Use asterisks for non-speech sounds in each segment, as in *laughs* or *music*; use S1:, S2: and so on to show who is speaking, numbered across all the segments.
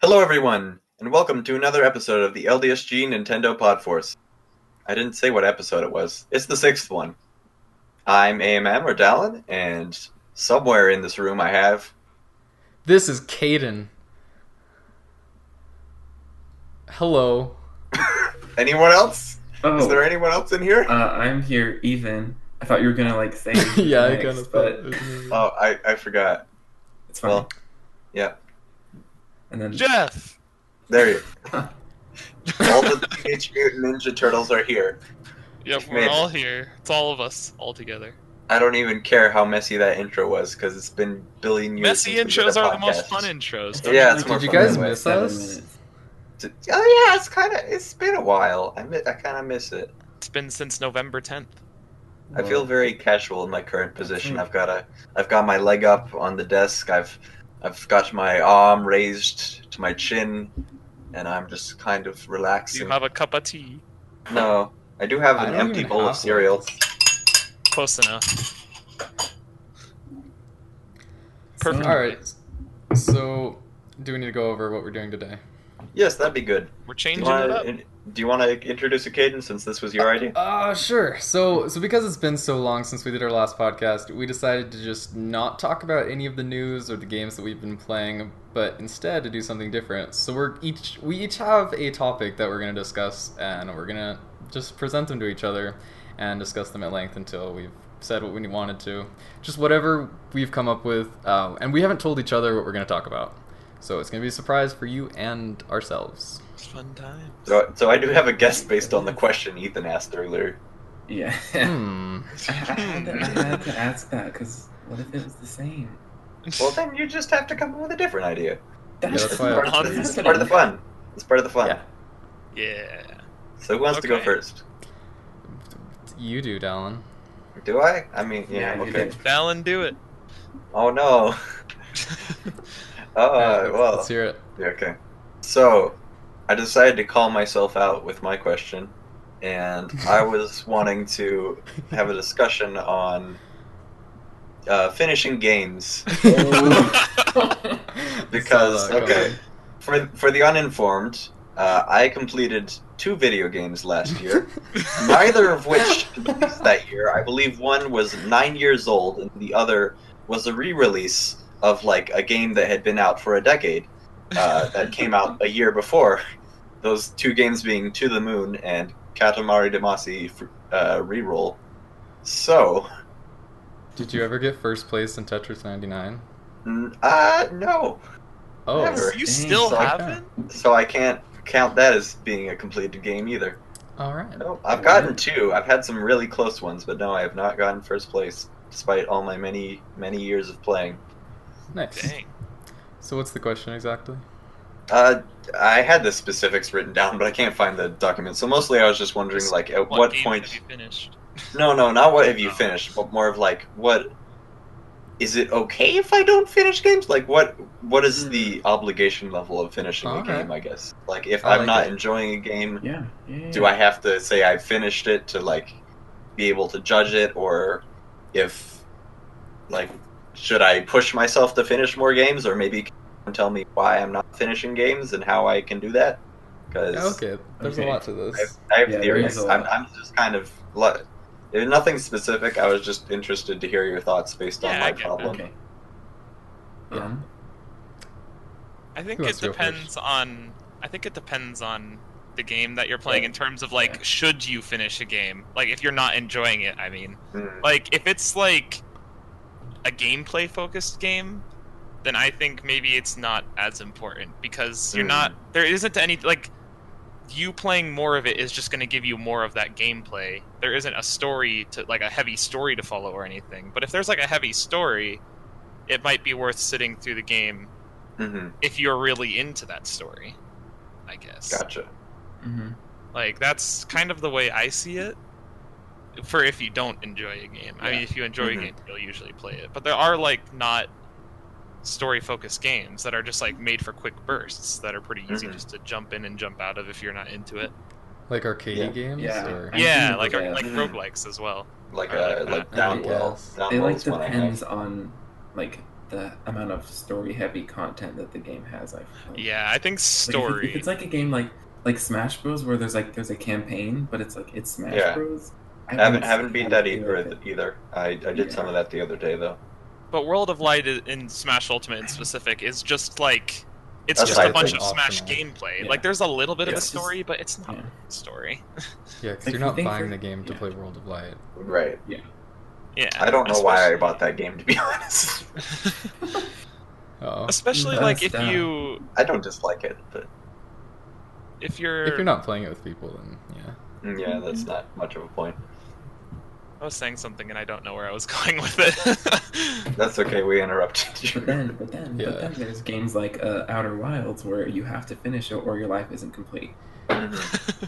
S1: Hello, everyone, and welcome to another episode of the LDSG Nintendo Podforce. I didn't say what episode it was. It's the sixth one. I'm AMM or Dallin, and somewhere in this room I have.
S2: This is Caden. Hello.
S1: Anyone else?
S3: Oh,
S1: Is there anyone else in here?
S3: uh, I'm here, even. I thought you were gonna like say.
S2: *laughs* yeah, I
S3: next,
S2: kind of thought.
S3: but uh,
S2: it was me.
S1: Oh, I, I forgot.
S3: it's fine.
S1: Well, yeah.
S3: and then
S4: Jeff!
S1: There you go. All
S4: *laughs*
S1: the Teenage Mutant Ninja Turtles are here. *laughs*
S4: Yep, we're
S1: Man.
S4: all here. It's all of us all together.
S1: I don't even care how messy that intro was because it's been billion years.
S4: Messy
S1: since we did
S4: intros
S1: a
S4: are the most
S1: podcast.
S4: fun intros.
S1: Yeah, it's more
S2: Did you
S1: fun
S2: guys
S1: that way.
S2: miss
S3: Seven
S2: us?
S3: minutes.
S1: D- Oh yeah, it's kind of it's been a while. I mi- I kind of miss it.
S4: It's *laughs* been since November 10th.
S1: I feel very casual in my current position.
S3: right.
S1: I've got a I've got my leg up on the desk. I've I've got my arm raised to my chin, and I'm just kind of
S4: Do
S1: relaxing.
S4: you have a cup of tea?
S1: no, I do have
S2: I
S1: an
S2: don't
S1: empty
S2: even
S1: bowl
S2: have
S1: of cereal.
S2: one.
S4: Close enough. Perfect.
S3: Mm.
S2: All right. So, do we need to go over what we're doing today?
S1: Yes, that'd be good. Do
S4: We're
S1: you
S4: changing it
S1: wanna-
S4: up.
S1: in- do you want to introduce a cadence since this was your idea?
S2: Uh, sure. So, so because it's been so long since we did our last podcast, we decided to just not talk about any of the news or the games that we've been playing, but instead to do something different. So we're each we each have a topic that we're gonna discuss, and we're gonna just present them to each other and discuss them at length until we've said what we wanted to. Just whatever we've come up with, uh, and we haven't told each other what we're gonna talk about. So it's gonna be a surprise for you and ourselves.
S4: It's fun times.
S1: So, so I do have a guess based on the question Ethan asked earlier.
S3: Yeah. *laughs*
S2: Hmm.
S3: I, had to, I had to ask that because what if it was the same?
S1: Well, then you just have to come up with a different idea.
S2: that's why I-
S3: part
S1: Part
S3: of
S1: of-
S3: the
S1: It's
S3: reason.
S1: part of the fun. It's part of the fun.
S2: Yeah.
S4: *laughs* yeah.
S1: So who wants to go
S4: Okay.
S1: first?
S2: You do, Dallin.
S1: Do I? I mean, yeah,
S3: Yeah, you
S1: okay.
S3: did.
S4: Fallon, do it.
S1: Oh no. Oh
S2: Yeah, let's-
S1: well.
S2: let's hear it.
S1: Yeah, okay. So, I decided to call myself out with my question, and I was wanting to have a discussion on uh, finishing games because
S2: Saw that
S1: okay, for for the uninformed, uh, I completed two video games last year. neither of which released that year. I believe one was nine years old, and the other was a re-release of like a game that had been out for a decade, *laughs* uh, that came out a year before. Those two games being To the Moon and Katamari Damacy uh, re-roll. So,
S2: Did you ever get first place in Tetris 99?
S1: n- uh, no.
S2: Oh,
S1: Never.
S4: *laughs* you still
S1: Dang,
S2: it's like
S4: haven't?
S1: So I can't count that as being a completed game either.
S2: all right.
S1: No, I've gotten two. I've had some really close ones, but no, I have not gotten first place, despite all my many, many years of playing.
S2: Nice.
S4: Dang.
S2: So what's the question exactly?
S1: Uh, I had the specifics written down, but I can't find the document. So mostly, I was just wondering,
S4: Just
S1: like, at
S4: What,
S1: what
S4: game
S1: point?
S4: have you finished?
S1: No, no, not what have you
S4: Oh.
S1: finished, but more of like, what is it okay if I don't finish games? Like, what what is the obligation level of finishing a
S2: Alright.
S1: game? I guess, like, if
S2: Mm. I
S1: I'm
S2: like
S1: not
S2: it.
S1: enjoying a game,
S3: Yeah. yeah.
S1: do I have to say I finished it to like be able to judge it, or if like should I push myself to finish more games, or maybe can you tell me why I'm not finishing games and how I can do that? Because
S2: Okay, there's
S3: Okay.
S2: a lot to this.
S1: I, I have
S3: Yeah, there is
S1: theories.
S3: a
S1: I'm,
S3: lot.
S1: I'm just kind of lo- there's nothing specific. I was just interested to hear your thoughts based on
S4: Yeah,
S1: my
S4: I get that.
S1: problem.
S3: Okay. Um.
S4: I think
S2: Who
S4: it
S2: wants to go
S4: depends on. I think it depends on the game that you're playing in terms of like,
S3: Yeah.
S4: should you finish a game? Like, if you're not enjoying it, I mean.
S1: Hmm.
S4: Like, if it's like a gameplay focused game, then I think maybe it's not as important because
S3: Hmm.
S4: you're
S1: Mm.
S4: not. There isn't any. Like, you playing more of it is just going to give you more of that gameplay. There isn't a story to. Like, a heavy story to follow or anything. But if there's like a heavy story, it might be worth sitting through the game
S1: Mhm.
S4: if you're really into that story, I guess.
S1: Gotcha.
S3: mhm.
S4: Like that's kind of the way I see it. For if you don't enjoy a game, I mean, if you enjoy
S3: Mm-hmm.
S1: Mhm.
S4: a game, you'll usually play it. But there are like not story-focused games that are just like made for quick bursts that are pretty easy
S3: Mm-hmm.
S1: Mhm.
S4: just to jump in and jump out of if you're not into it.
S2: Like arcade
S1: Yeah.
S2: games?
S3: Yeah. Mm-hmm.
S2: Or...
S3: I
S4: yeah,
S3: think
S4: like
S3: that-
S4: like
S1: Mhm.
S4: roguelikes as well.
S1: Like
S4: I
S1: uh,
S4: like
S1: like
S2: that. I
S1: down well,
S2: guess.
S1: down
S3: It
S1: well
S3: like
S1: is one I
S3: depends
S1: have.
S3: on like the amount of story-heavy content that the game has. I feel. like.
S4: Yeah, I think
S3: Like, if it-
S4: story.
S3: if it's like a game like like Smash Bros, where there's like there's a campaign, but it's like it's Smash
S1: Yeah.
S3: Bros. I
S1: haven't
S3: wouldn't
S1: haven't
S3: say
S1: beat
S3: I
S1: that
S3: feel like
S1: either. Either I, I did some of that the other day though.
S4: But World of Light i- in Smash Ultimate in specific is just like it's
S1: That's
S4: just a
S1: right.
S4: bunch
S2: It's
S4: of Smash
S2: optional.
S4: gameplay.
S3: Yeah.
S4: Like there's a little bit of a
S3: It's just-
S4: story, but it's not
S3: yeah.
S4: a story.
S2: Yeah, because
S3: Like,
S2: you're
S3: you
S2: not
S3: think
S2: buying
S3: for-
S2: the game to
S3: yeah.
S2: play World of Light.
S1: Right.
S4: Yeah.
S1: I don't know why I
S4: especially-
S1: bought that game to be *laughs* honest.
S2: Oh,
S4: Especially
S3: That's
S4: like if
S3: dumb.
S4: you
S1: I don't dislike it, but
S4: if you're,
S2: if you're not playing it with people, then yeah.
S1: mm, yeah, that's
S3: Mm-hmm.
S1: not much of a point.
S4: I was saying something and I don't know where I was *laughs* going with it. *laughs*
S1: That's okay. We interrupted
S3: But *laughs*
S1: you.
S3: then, but then,
S2: Yeah.
S3: but then there's games like uh, Outer Wilds where you have to finish it or your life isn't complete.
S1: Mhm.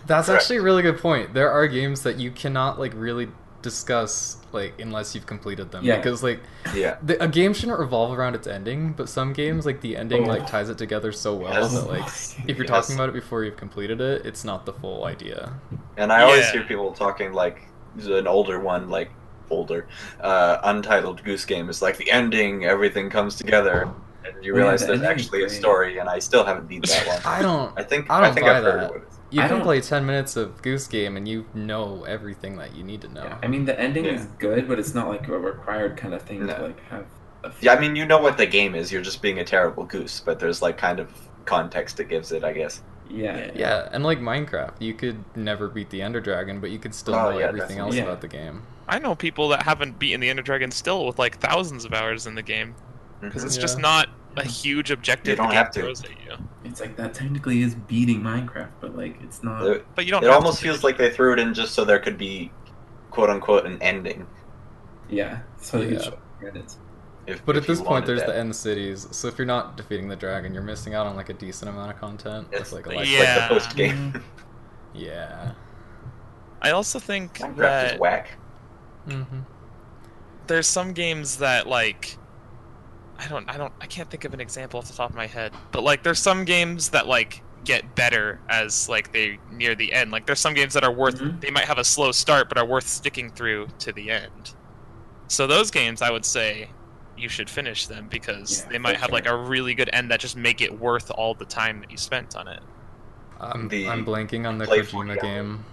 S2: That's
S1: Correct.
S2: actually a really good point. There are games that you cannot like really discuss like unless you've completed them
S3: Yeah.
S2: because like
S1: yeah.
S2: the, a game shouldn't revolve around its ending, but some games like the ending
S3: Oh.
S2: like ties it together so well
S1: Yes.
S2: that like if you're
S1: Yes.
S2: talking about it before you've completed it, it's not the full idea.
S1: And I always
S4: Yeah.
S1: hear people talking like an older one, like older, uh, untitled Goose Game is like the ending, everything comes together, and you
S3: Oh, yeah,
S1: realize
S3: the
S1: there's
S3: ending's
S1: actually a
S3: great.
S1: story. And I still haven't beat that
S2: *laughs*
S1: one.
S2: I don't.
S1: I think
S2: I
S1: I,
S2: don't
S1: think
S2: buy
S1: I've heard
S2: that.
S1: of it.
S2: You
S3: I
S2: can
S3: don't-
S2: play ten minutes of Goose Game and you know everything that you need to know.
S3: Yeah. I mean, the ending
S1: Yeah.
S3: is good, but it's not like a required kind of thing
S1: No.
S3: to like have. A
S1: Yeah, I mean, you know what the game is. You're just being a terrible goose, but there's like kind of context that gives it, I guess.
S3: yeah,
S2: Yeah, and like Minecraft, you could never beat the Ender Dragon, but you could still
S1: Oh,
S2: know
S1: yeah,
S2: everything else
S3: definitely. Yeah.
S2: about the game.
S4: I know people that haven't beaten the Ender Dragon still with like thousands of hours in the game
S1: Mm-hmm.
S4: because it's just
S2: Yeah.
S4: not a huge objective
S1: You don't
S4: the game
S1: have to.
S4: throws at you.
S3: It's like that technically is beating Minecraft, but like it's not.
S1: It,
S4: But you don't.
S1: it
S4: have
S1: almost
S4: to.
S1: feels like they threw it in just so there could be, quote unquote, an ending.
S3: Yeah, so
S2: Yeah.
S3: you should get it.
S1: If,
S2: But
S1: if
S2: at this
S1: you
S2: point,
S1: wanted
S2: there's the
S1: that.
S2: end cities, so if you're not defeating the dragon, you're missing out on like a decent amount of content.
S1: It's
S2: That's like a
S4: the-
S2: life-
S1: Like
S4: Yeah.
S1: the post *laughs* game.
S2: yeah.
S4: I also
S1: *laughs*
S4: think
S1: Minecraft
S4: mm, that
S1: is whack.
S2: hmm
S4: there's some games that like I don't I don't I can't think of an example off the top of my head, but like there's some games that like get better as like they near the end. Like there's some games that are worth
S3: Mhm.
S4: they might have a slow start but are worth sticking through to the end. So those games I would say you should finish them because
S3: Yeah,
S4: they
S3: for
S4: might have
S3: sure.
S4: like a really good end that just make it worth all the time that you spent on it.
S2: I'm,
S1: The
S2: I'm blanking on the
S1: playful
S2: Kojima
S1: guy.
S2: game.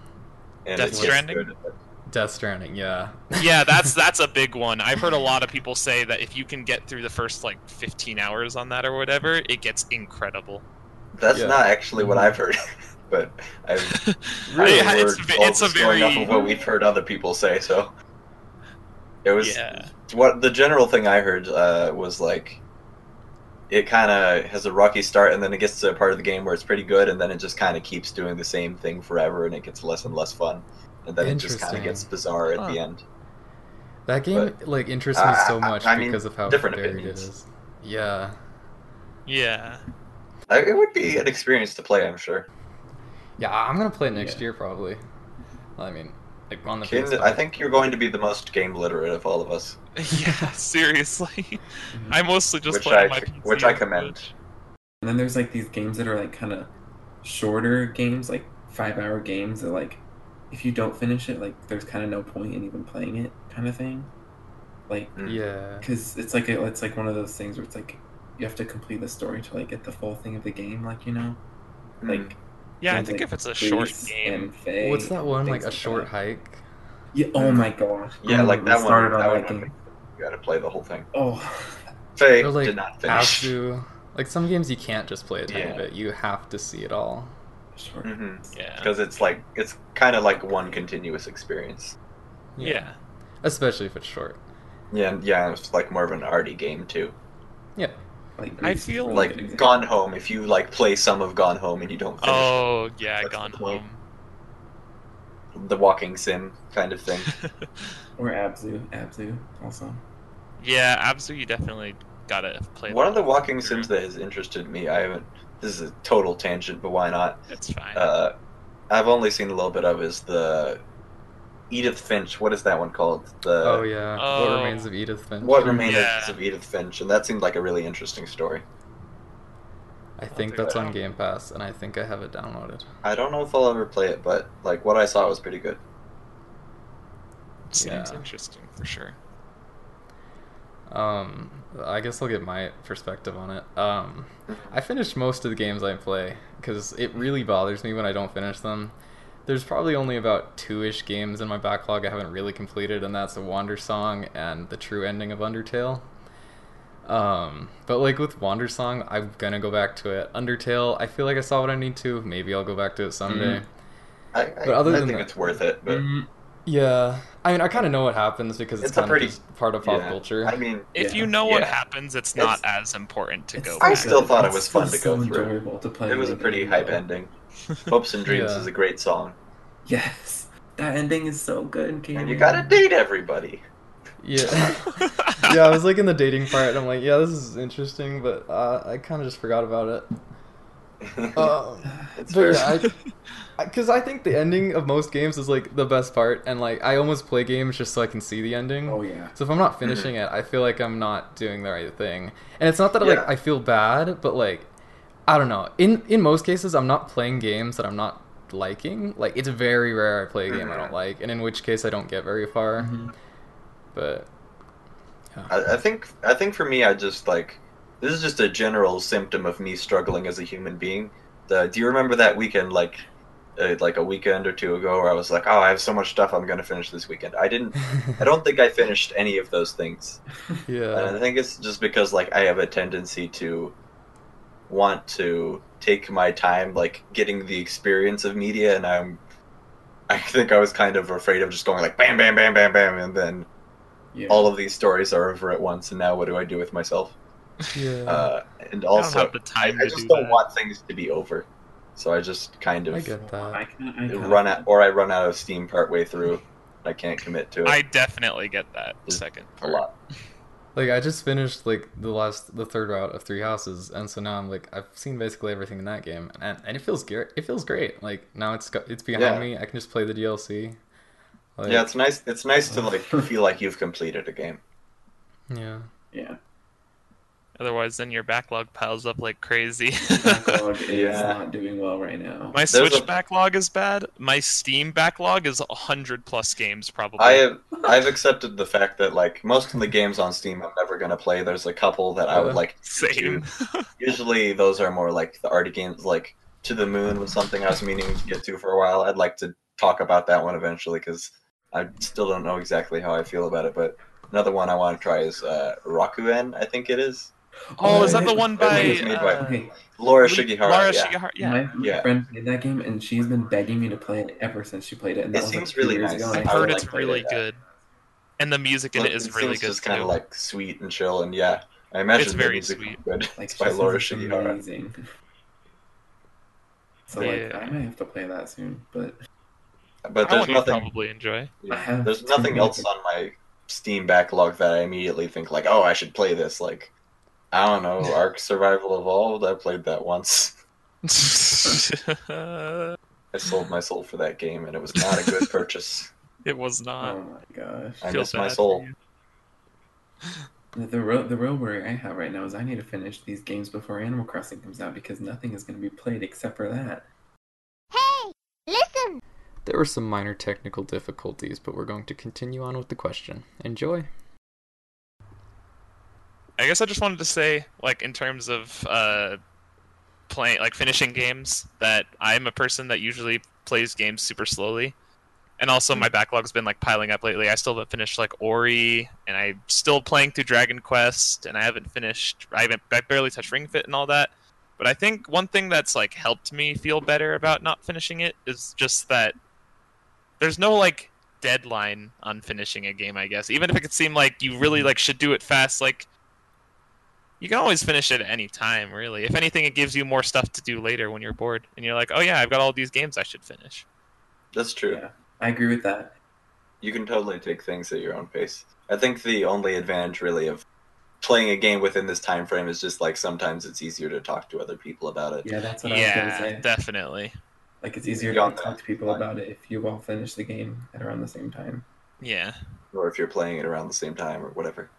S1: And
S4: Death
S1: it's just
S4: Stranding?
S1: good, but-
S2: Death Stranding, yeah.
S4: Yeah, that's that's a big one. I've heard a lot of people say that if you can get through the first like 15 hours on that or whatever, it gets incredible.
S1: That's
S2: Yeah.
S1: not actually what I've heard, *laughs* but
S2: *laughs*
S1: I've
S4: Really?
S1: I've
S4: Yeah, it's
S1: heard
S4: ve-
S1: all
S4: it's a
S1: just going off
S4: very-
S1: of what we've heard other people say. So it was
S4: Yeah.
S1: what the general thing I heard uh, was like it kind of has a rocky start, and then it gets to a part of the game where it's pretty good, and then it just kind of keeps doing the same thing forever, and it gets less and less fun, and then it just kind
S2: Interesting.
S1: of gets bizarre at the
S4: Huh.
S1: end.
S2: That game like interests me
S1: I-
S2: so
S1: I-
S2: much
S1: uh, I mean,
S2: because of how
S1: different
S2: varied
S1: opinions.
S2: it is. Yeah.
S4: Yeah. *laughs*
S1: I, it would be an experience to play, I'm sure.
S2: Yeah, I- I'm gonna play it next
S3: Yeah.
S2: year probably. I mean, like on the
S1: Kin,
S2: PS5.
S1: I think you're going to be the most game literate of all of us,
S4: Yeah, seriously. *laughs*
S3: Mm-hmm.
S4: I mostly just
S1: Which
S4: play on
S1: I-
S4: my PC
S1: which I
S4: and
S1: commend.
S4: Switch.
S3: And then there's like these games that are like kind of shorter games, like five hour games that like if you don't finish it, like there's kind of no point in even playing it, kind of thing. Like
S2: Yeah.
S3: because it's like a, it's like one of those things where it's like you have to complete the story to like get the full thing of the game, like you know,
S2: Hmm.
S1: Hmm.
S3: like
S4: Yeah, I
S3: games
S4: think
S3: like
S4: if it's a short
S3: Greece
S4: game,
S3: and Faye
S2: What's that
S3: and
S2: one like
S3: things
S2: a short
S3: that.
S2: hike?
S3: Yeah, oh my gosh.
S1: yeah, like
S3: Mm,
S1: that
S3: we
S1: one.
S3: started
S1: that
S3: on
S1: one
S3: that
S1: would
S3: game.
S1: You got to play the whole thing.
S3: Oh, *laughs*
S1: Faye
S2: Or, like,
S1: did not
S2: *laughs*
S1: finish.
S2: Abzu. Like some games you can't just play a tiny
S1: Yeah.
S2: bit. You have to see it all.
S3: short.
S4: Hmm.
S1: Mhm.
S4: yeah.
S1: Because it's like it's kind of like one continuous experience.
S4: yeah.
S2: Especially if it's short.
S1: Yeah, and- yeah. It's like more of an arty game too.
S2: Yeah.
S3: Like
S4: I
S3: Greece is
S4: feel
S3: a really good
S1: Like
S3: example.
S1: Gone Home. If you like play some of Gone Home and you don't finish
S4: Oh, yeah,
S1: That's
S4: gone
S1: the point.
S4: home.
S1: the walking sim kind of thing,
S3: or Abzu, Abzu also.
S4: yeah, Abzu, you definitely got to play
S1: one of the
S4: whole
S1: walking
S4: thing through.
S1: sims that has interested me. I haven't. This is a total tangent, but why not?
S4: It's fine.
S1: Uh, I've only seen a little bit of is the Edith Finch. What is that one called? The
S2: oh yeah.
S4: oh.
S2: What remains of Edith Finch?
S1: Uh, What Remains
S4: Yeah.
S1: of Edith Finch, and that seemed like a really interesting story.
S2: I think
S4: I'll
S2: that's
S4: do that.
S2: on Game Pass, and I think I have it downloaded.
S1: I don't know if I'll ever play it, but like what I saw was pretty good.
S4: Seems
S2: yeah.
S4: interesting for sure.
S2: Um, I guess I'll get my perspective on it. Um, I finish most of the games I play because it really bothers me when I don't finish them. There's probably only about two ish games in my backlog I haven't really completed, and that's a Wander Song and the true ending of Undertale. Um, but like with Wander Song, I'm gonna go back to it. Undertale, I feel like I saw what I need to. Maybe I'll go back to it someday.
S1: I, I,
S2: But other
S1: I
S2: than
S1: think
S2: that-
S1: it's worth it. But
S4: Mm-hmm.
S3: Mm,
S2: Yeah, I mean, I kind of know what happens because it's,
S1: It's a
S2: kind of
S1: pretty-
S2: just part of pop
S1: yeah.
S2: culture.
S1: I mean,
S4: If
S3: Yeah.
S4: you know what
S1: Yeah.
S4: happens, it's not
S1: It's-
S4: as important to
S3: it's
S4: go.
S1: I
S4: back. *laughs*
S3: so
S1: still thought it
S3: It's
S1: was
S3: still
S1: fun to go
S3: so
S1: through.
S3: Enjoyable to play
S1: it was a
S3: with
S1: pretty
S3: and,
S1: hype
S3: uh,
S2: *laughs*
S1: ending. Hopes and Dreams
S2: Yeah.
S1: is a great song,
S3: Yes, that ending is so good. Katie.
S2: Mm.
S1: and you gotta
S3: *sighs*
S1: date
S2: *laughs*
S1: everybody. *laughs*
S2: Yeah. yeah, I was like in the dating part, and I'm like, yeah, this is interesting, but uh, I kind of just forgot about it. Um,
S1: it's
S2: but
S1: very
S3: *laughs*
S2: yeah,
S1: *laughs*
S2: because I, think the ending of most games is like the best part, and like I almost play games just so I can see the ending.
S3: Oh yeah.
S2: So if I'm
S1: Mm-hmm.
S2: not finishing it, I feel like I'm not doing the right thing. And it's not that like
S1: Yeah.
S2: I feel bad, but like I don't know. In in most cases, I'm not playing games that I'm not liking. Like it's very rare I play a game I don't
S1: Mhm.
S2: like, and in which case I don't get very far.
S1: Mm-hmm.
S3: Mhm.
S1: *laughs*
S2: But *laughs*
S1: I, I think I think for me, I just like this is just a general symptom of me struggling as a human being. The, do you remember that weekend, like uh, like a weekend or two ago, where I was like, oh, I have so much stuff I'm gonna finish this weekend. I didn't. I don't think I finished any of those things.
S2: yeah,
S1: And I think it's just because like I have a tendency to want to take my time, like getting the experience of media, and I'm. I think I was kind of afraid of just going like bam, bam, bam, bam, bam, and then
S3: Yeah.
S1: all of these stories are over at once, and now what do I do with myself?
S2: yeah.
S1: Uh, and
S4: I don't
S1: also,
S4: have the
S1: I,
S4: time
S1: I
S4: to
S1: just
S4: do
S1: don't
S4: that.
S1: want things to be over, so I just kind
S2: I
S1: of
S2: get that.
S3: I can, I can
S1: run out, or I run out of steam partway through. I can't commit to it
S4: I definitely get that second.
S1: a lot.
S2: Like I just finished like the last the third route of Three Houses, and so now I'm like I've seen basically everything in that game, and and it feels great. It feels great. Like now it's got, it's behind
S1: Yeah.
S2: me. I can just play the DLC. Like,
S1: yeah, it's nice. It's nice to
S4: *laughs*
S1: like feel like you've completed a game.
S2: yeah.
S3: Yeah.
S4: *laughs* Otherwise, then your backlog piles up like crazy.
S3: Backlog is
S1: Yeah.
S3: not doing well right now.
S4: My
S1: There's
S4: Switch
S1: a-
S4: backlog is bad. My Steam backlog is 100 plus games, probably.
S1: I have I've accepted the fact that like most of the games on Steam I'm never gonna play. There's a couple that I would
S2: Yeah.
S1: like
S4: Same.
S1: usually those are more like the arty games like to the moon was something i was meaning to get to for a while i'd like to talk about that one eventually because i still don't know exactly how i feel about it but another one i want to try is uh, rakuen i think it is
S4: Oh, is
S1: Yeah.
S4: that the one
S1: I
S4: by.
S1: think it's made by-
S4: uh,
S3: Okay.
S1: laura
S4: Lee-
S1: shigihara
S4: Laura
S1: yeah.
S4: Shigihara, yeah.
S3: My
S1: Yeah.
S3: friend played that game, and she's been begging me to play it ever since she played it. And
S1: It
S3: that was,
S1: seems
S3: like, two
S1: really
S3: years
S1: nice.
S3: ago, and
S1: I
S4: I've
S1: would
S3: I
S4: heard
S1: like
S4: it's
S1: to play
S4: really
S1: that.
S4: good. And the music in it is really good.
S1: just kind
S4: too.
S1: of like sweet and chill and yeah i imagine
S4: It's
S1: the
S4: very
S1: music
S4: sweet.
S1: is good *laughs*
S3: Like
S1: it's by
S3: just
S1: laura
S3: is
S1: shigihara
S3: Amazing. *laughs* So like,
S4: Yeah.
S3: I might have to play that soon, but
S1: but
S4: I
S1: there's
S4: want you to
S1: nothing
S4: probably
S1: *laughs*
S4: enjoy. *laughs*
S1: yeah,
S3: I have
S1: there's
S3: too
S1: nothing
S3: *laughs* many.
S1: else on my steam backlog that i immediately think like oh i should play this like i don't know arc survival evolved i played that once *laughs*
S4: it
S1: I sold my soul for that game, and it was not a
S3: *laughs*
S1: good purchase.
S4: was
S3: oh
S4: not.
S3: my gosh,
S1: I
S4: Feel
S1: miss my
S4: bad for
S1: soul.
S4: you.
S3: the, the real the real worry I have right now is I need to finish these games before Animal Crossing comes out because nothing is going to be played except for that.
S5: Hey, listen!
S2: There were some minor technical difficulties, but we're going to continue on with the question. Enjoy.
S4: I guess I just wanted to say, like, in terms of uh, playing, like, finishing games, that I'm a person that usually plays games super slowly. And also, my backlog's been, like, piling up lately. I still haven't finished, like, Ori, and I'm still playing through Dragon Quest, and I haven't finished, I haven't, I barely touched Ring Fit and all that. But I think one thing that's, like, helped me feel better about not finishing it is just that there's no, like, deadline on finishing a game, I guess. Even if it could seem like you really, like, should do it fast, like, you can always finish it at any time, really. If anything, it gives you more stuff to do later when you're bored and you're like, oh yeah, I've got all these games I should finish.
S1: That's true.
S3: Yeah. I agree with that.
S1: You can totally take things at your own pace. I think the only advantage, really, of playing a game within this time frame is just like sometimes it's easier to talk to other people about it.
S3: Yeah, that's what I was going
S4: yeah,
S3: to say.
S4: definitely.
S3: Like it's easier
S1: Yeah.
S3: to talk to people about it if you all finish the game at around the same time.
S4: Yeah.
S1: or if you're playing it around the same time or whatever.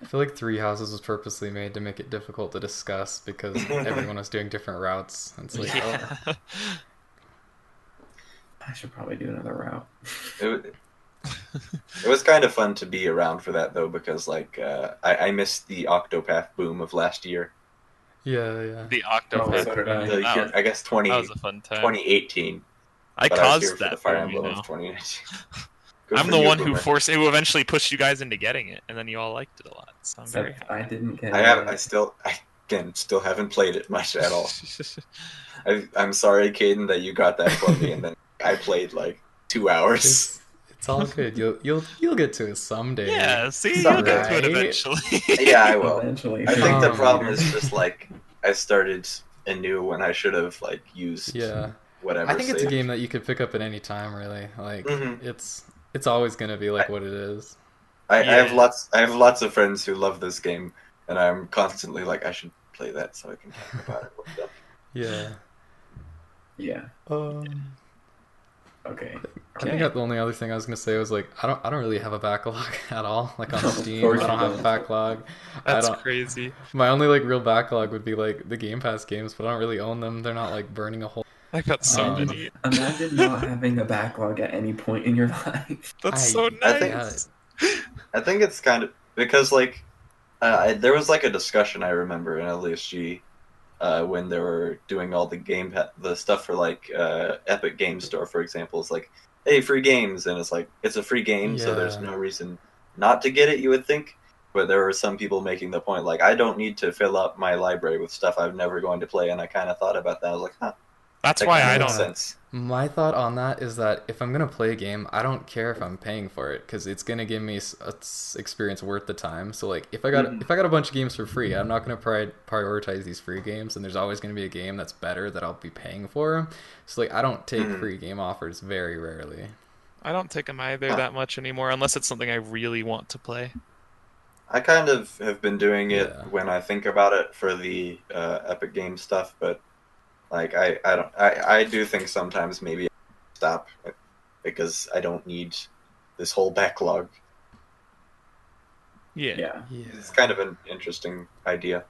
S2: I feel like Three Houses was purposely made to make it difficult to discuss *laughs* because everyone was doing different routes. It's like,
S4: yeah.
S3: I should probably do another route.
S1: It, It was kind of fun to be around for that though, because like uh, I, I missed the Octopath boom of last year.
S2: Yeah, yeah.
S4: *laughs* The
S3: Oh,
S4: Octopath.
S3: so did I.
S1: The
S4: That
S1: year-
S4: was-
S1: I guess 20,
S4: that was a fun time.
S1: 2018.
S4: I
S1: but was here
S4: caused
S1: for the
S4: that.
S1: Fire
S4: for you
S1: Emblem
S4: now.
S1: of 2019. Good
S4: I'm
S1: for
S4: the
S1: you,
S4: one who
S1: Boomer.
S4: forced who eventually pushed you guys into getting it, and then you all liked it a lot. So I'm very
S3: Except I didn't get.
S1: I have.
S3: it.
S1: I still. I again still haven't played it much at all.
S4: happy.
S1: I, I'm sorry, Caden, that you got that for me, and then I played like two
S2: *laughs*
S1: hours.
S2: It's, it's all good. You'll you'll you'll get to it someday.
S4: *laughs* yeah, see,
S1: It's
S4: you'll get to
S2: alright.
S4: it eventually.
S1: *laughs* yeah, I will.
S3: Eventually,
S1: I think the
S2: Um,
S1: problem is just like I started anew when I should have like used
S2: Yeah.
S1: whatever.
S2: I think it's a
S1: save.
S2: game that you could pick up at any time, really. Like
S3: Mm-hmm.
S1: Mhm.
S2: it's it's always gonna be like what it is.
S1: I, I have
S4: Yeah.
S1: lots. I have lots of friends who love this game, and I'm constantly like, I should play that so I can talk about it. with them.
S2: Yeah.
S3: Yeah.
S2: Um,
S3: Okay.
S2: I think that the only other thing I was gonna say was like I don't I don't really have a backlog *laughs* at all. Like on
S3: Of
S2: Steam, I
S3: course
S2: don't
S3: you
S2: have a
S3: don't.
S2: backlog. I
S4: *laughs* That's
S2: don't.
S4: crazy.
S2: My only like real backlog would be like the Game Pass games, but I don't really own them. They're not like burning a hole.
S4: I got so
S3: Um,
S4: many.
S2: *laughs*
S3: Imagine not having a backlog at any point in your *laughs* life.
S4: That's
S2: I-
S4: so nice.
S1: I think- I think it's kind of because like uh, I, there was like a discussion I remember in LSG uh, when they were doing all the game pa- the stuff for like uh, Epic Game Store for example is like hey free games and it's like it's a free game so there's
S2: Yeah.
S1: no reason not to get it you would think but there were some people making the point like I don't need to fill up my library with stuff I'm never going to play and I kind of thought about that I was like huh
S4: That's
S1: that
S4: why
S1: kinda
S4: I
S1: makes
S4: don't.
S1: sense
S2: My thought on that is that if I'm gonna play a game, I don't care if I'm paying for it because it's gonna give me s- a s- experience worth the time. So like, if I got
S1: Mhm.
S2: if I got a bunch of games for free, I'm not gonna pri- prioritize these free games, and there's always gonna be a game that's better that I'll be paying for. So like, I don't take
S1: Mhm.
S2: free game offers very rarely.
S4: I don't take them either
S1: Huh.
S4: that much anymore, unless it's something I really want to play.
S1: I kind of have been doing it
S2: Yeah.
S1: when I think about it for the uh, Epic Game stuff, but like I, I don't I, I do think sometimes maybe I stop because I don't need this whole backlog.
S4: Yeah.
S3: Yeah.
S1: It's kind of an interesting idea.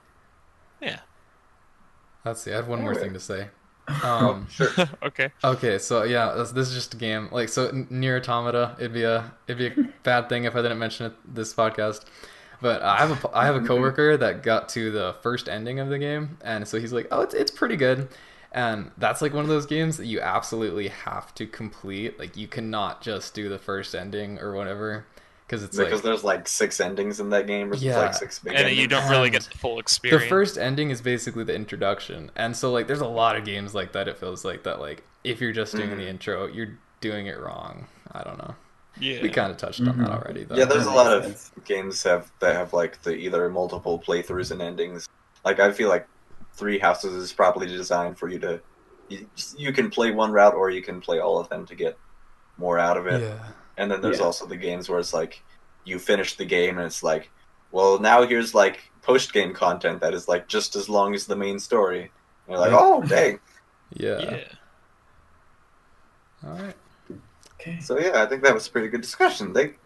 S2: Let's see. I have one more
S1: Anyway.
S2: thing to say.
S1: Oh,
S2: Um,
S1: Sure.
S4: *laughs* okay.
S2: Okay, so yeah, this, this is just a game. Like so, N- near automata, it'd be a it'd be a bad thing if I didn't mention it this podcast. But I have a I have a coworker that got to the first ending of the game, and so he's like, "Oh, it's it's pretty good," and that's like one of those games that you absolutely have to complete. Like you cannot just do the first ending or whatever, because it's
S1: because
S2: like
S1: there's like six endings in that game, or
S2: Yeah.
S1: like six big
S4: And then you
S1: endings.
S4: don't really get
S2: And
S4: the full
S2: the
S4: experience.
S2: first ending is basically the introduction and so like there's a lot of games like that it feels like that like if you're just doing
S1: Mhm.
S2: the intro you're doing it wrong i don't know
S4: yeah.
S2: we kind of touched on that
S3: Mhm.
S2: already though
S1: Yeah, there's a lot of
S3: Sense.
S1: games have that have like the either multiple playthroughs and endings. Like I feel like Three Houses is probably designed for you to you, you can play one route or you can play all of them to get more out of it.
S2: yeah
S1: And then there's
S3: Yeah.
S1: also the games where it's like you finish the game and it's like, well, now here's like post game content that is like just as long as the main story. And you're like,
S2: Yeah.
S1: oh dang.
S2: yeah,
S4: yeah.
S2: all right
S3: Okay.
S1: So yeah, I think that was a pretty good discussion. Thank,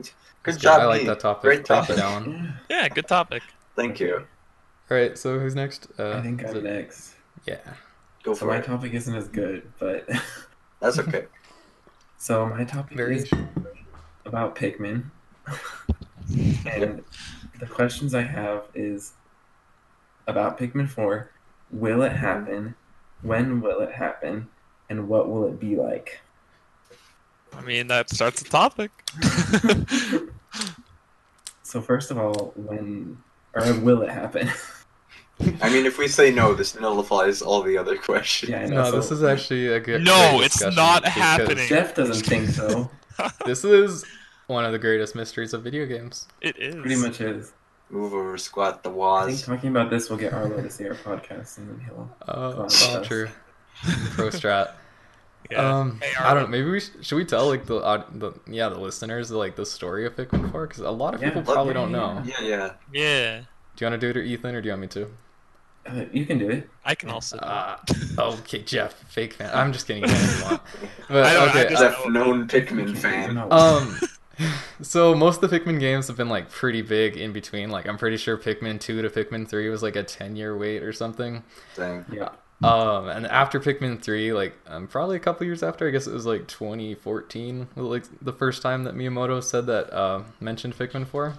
S1: good
S2: yeah,
S1: job.
S2: i like
S1: Ian.
S2: that topic
S1: Great
S2: Thank you,
S1: topic.
S2: Alan.
S3: Yeah.
S4: Yeah, good topic.
S1: Thank you.
S2: all right so who's next uh
S3: I think
S2: is
S3: I'm
S2: it-
S3: next.
S2: yeah
S1: Go
S3: So
S1: for
S3: my
S1: it.
S3: topic isn't as good, but *laughs*
S1: That's
S2: *laughs*
S1: okay.
S3: so my topic is
S2: variation
S3: about
S1: *laughs*
S3: Pikmin. and the questions I have is about Pikmin 4. Will it happen? When will it happen? And what will it be like?
S4: I mean, that starts the topic.
S2: *laughs*
S3: So first of all, when or will it happen? *laughs*
S1: I mean, if we say no, this nullifies all the other *laughs* questions.
S3: yeah, I know.
S2: no
S3: so
S2: this is actually a good
S4: No,
S2: great
S4: it's
S2: discussion
S4: not
S2: because
S4: happening.
S3: Jeff doesn't
S2: *laughs*
S3: think so.
S2: this is one of the greatest mysteries of video games
S4: It is.
S3: Pretty much is.
S1: Move over, squat the
S3: I think
S1: waz.
S3: talking about this will get Arlo to see our podcast, and then he'll.
S2: oh
S3: Wow.
S2: so true pro strat
S4: *laughs* Yeah.
S3: uh,
S2: Um,
S4: Hey,
S2: I
S4: Arlo.
S2: don't. know. Maybe we should, should we tell like the, aud the yeah the listeners like the story of Pikmin Four because a lot of
S3: Yeah.
S2: people
S1: Let-
S2: probably don't know.
S1: Yeah, yeah.
S4: Yeah.
S2: Do you want to do it or Ethan or do you want me to?
S3: Uh, you can do it.
S4: I can also. do it.
S2: Uh,
S3: *laughs* oh.
S2: okay, Jeff, fake fan. I'm just kidding. you can if
S4: *laughs*
S2: you want. But,
S4: I don't- I
S2: okay,
S4: *laughs* just-
S1: Jeff, known Pikmin fan.
S3: No.
S2: um, so most of the Pikmin games have been like pretty big in between. Like I'm pretty sure Pikmin Two to Pikmin Three was like a ten year wait or something.
S1: Dang.
S3: yeah.
S2: Um, and after Pikmin three, like um, probably a couple years after, I guess it was like 2014, like the first time that Miyamoto said that uh, mentioned Pikmin four.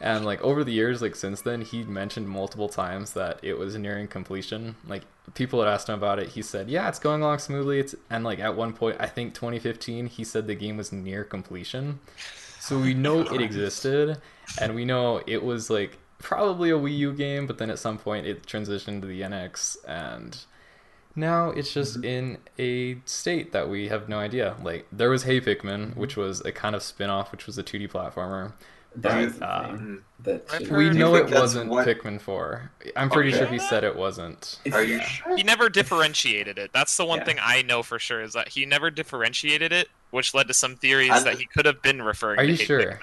S2: And like over the years, like since then, he mentioned multiple times that it was nearing completion. Like people had asked him about it. He said, "Yeah, it's going along smoothly." It's and like at one point, I think 2015, he said the game was near completion. So we know it existed, and we know it was like probably a Wii U game, but then at some point it transitioned to the NX, and now it's
S1: Mm-hmm.
S2: just in a state that we have no idea. Like there was Hey
S1: Mm-hmm.
S2: Pikmin, which was a kind of spin-off, which was a 2D platformer.
S3: That was the
S2: Uh,
S3: thing. That
S4: I've
S3: she-
S4: heard-
S2: We
S4: Do you
S2: know
S1: think
S2: it
S1: that's
S2: wasn't
S1: what-
S2: Pikmin 4. I'm pretty
S1: Okay.
S2: sure he said it wasn't.
S3: it's-
S1: Are you
S3: yeah.
S1: sure?
S4: He never differentiated it. That's the one
S3: Yeah.
S4: thing I know for sure is that he never differentiated it, which led to some theories
S1: I'm-
S4: that he could have been referring
S2: Are
S4: to
S2: you
S4: Hate
S2: sure?
S4: Pikmin.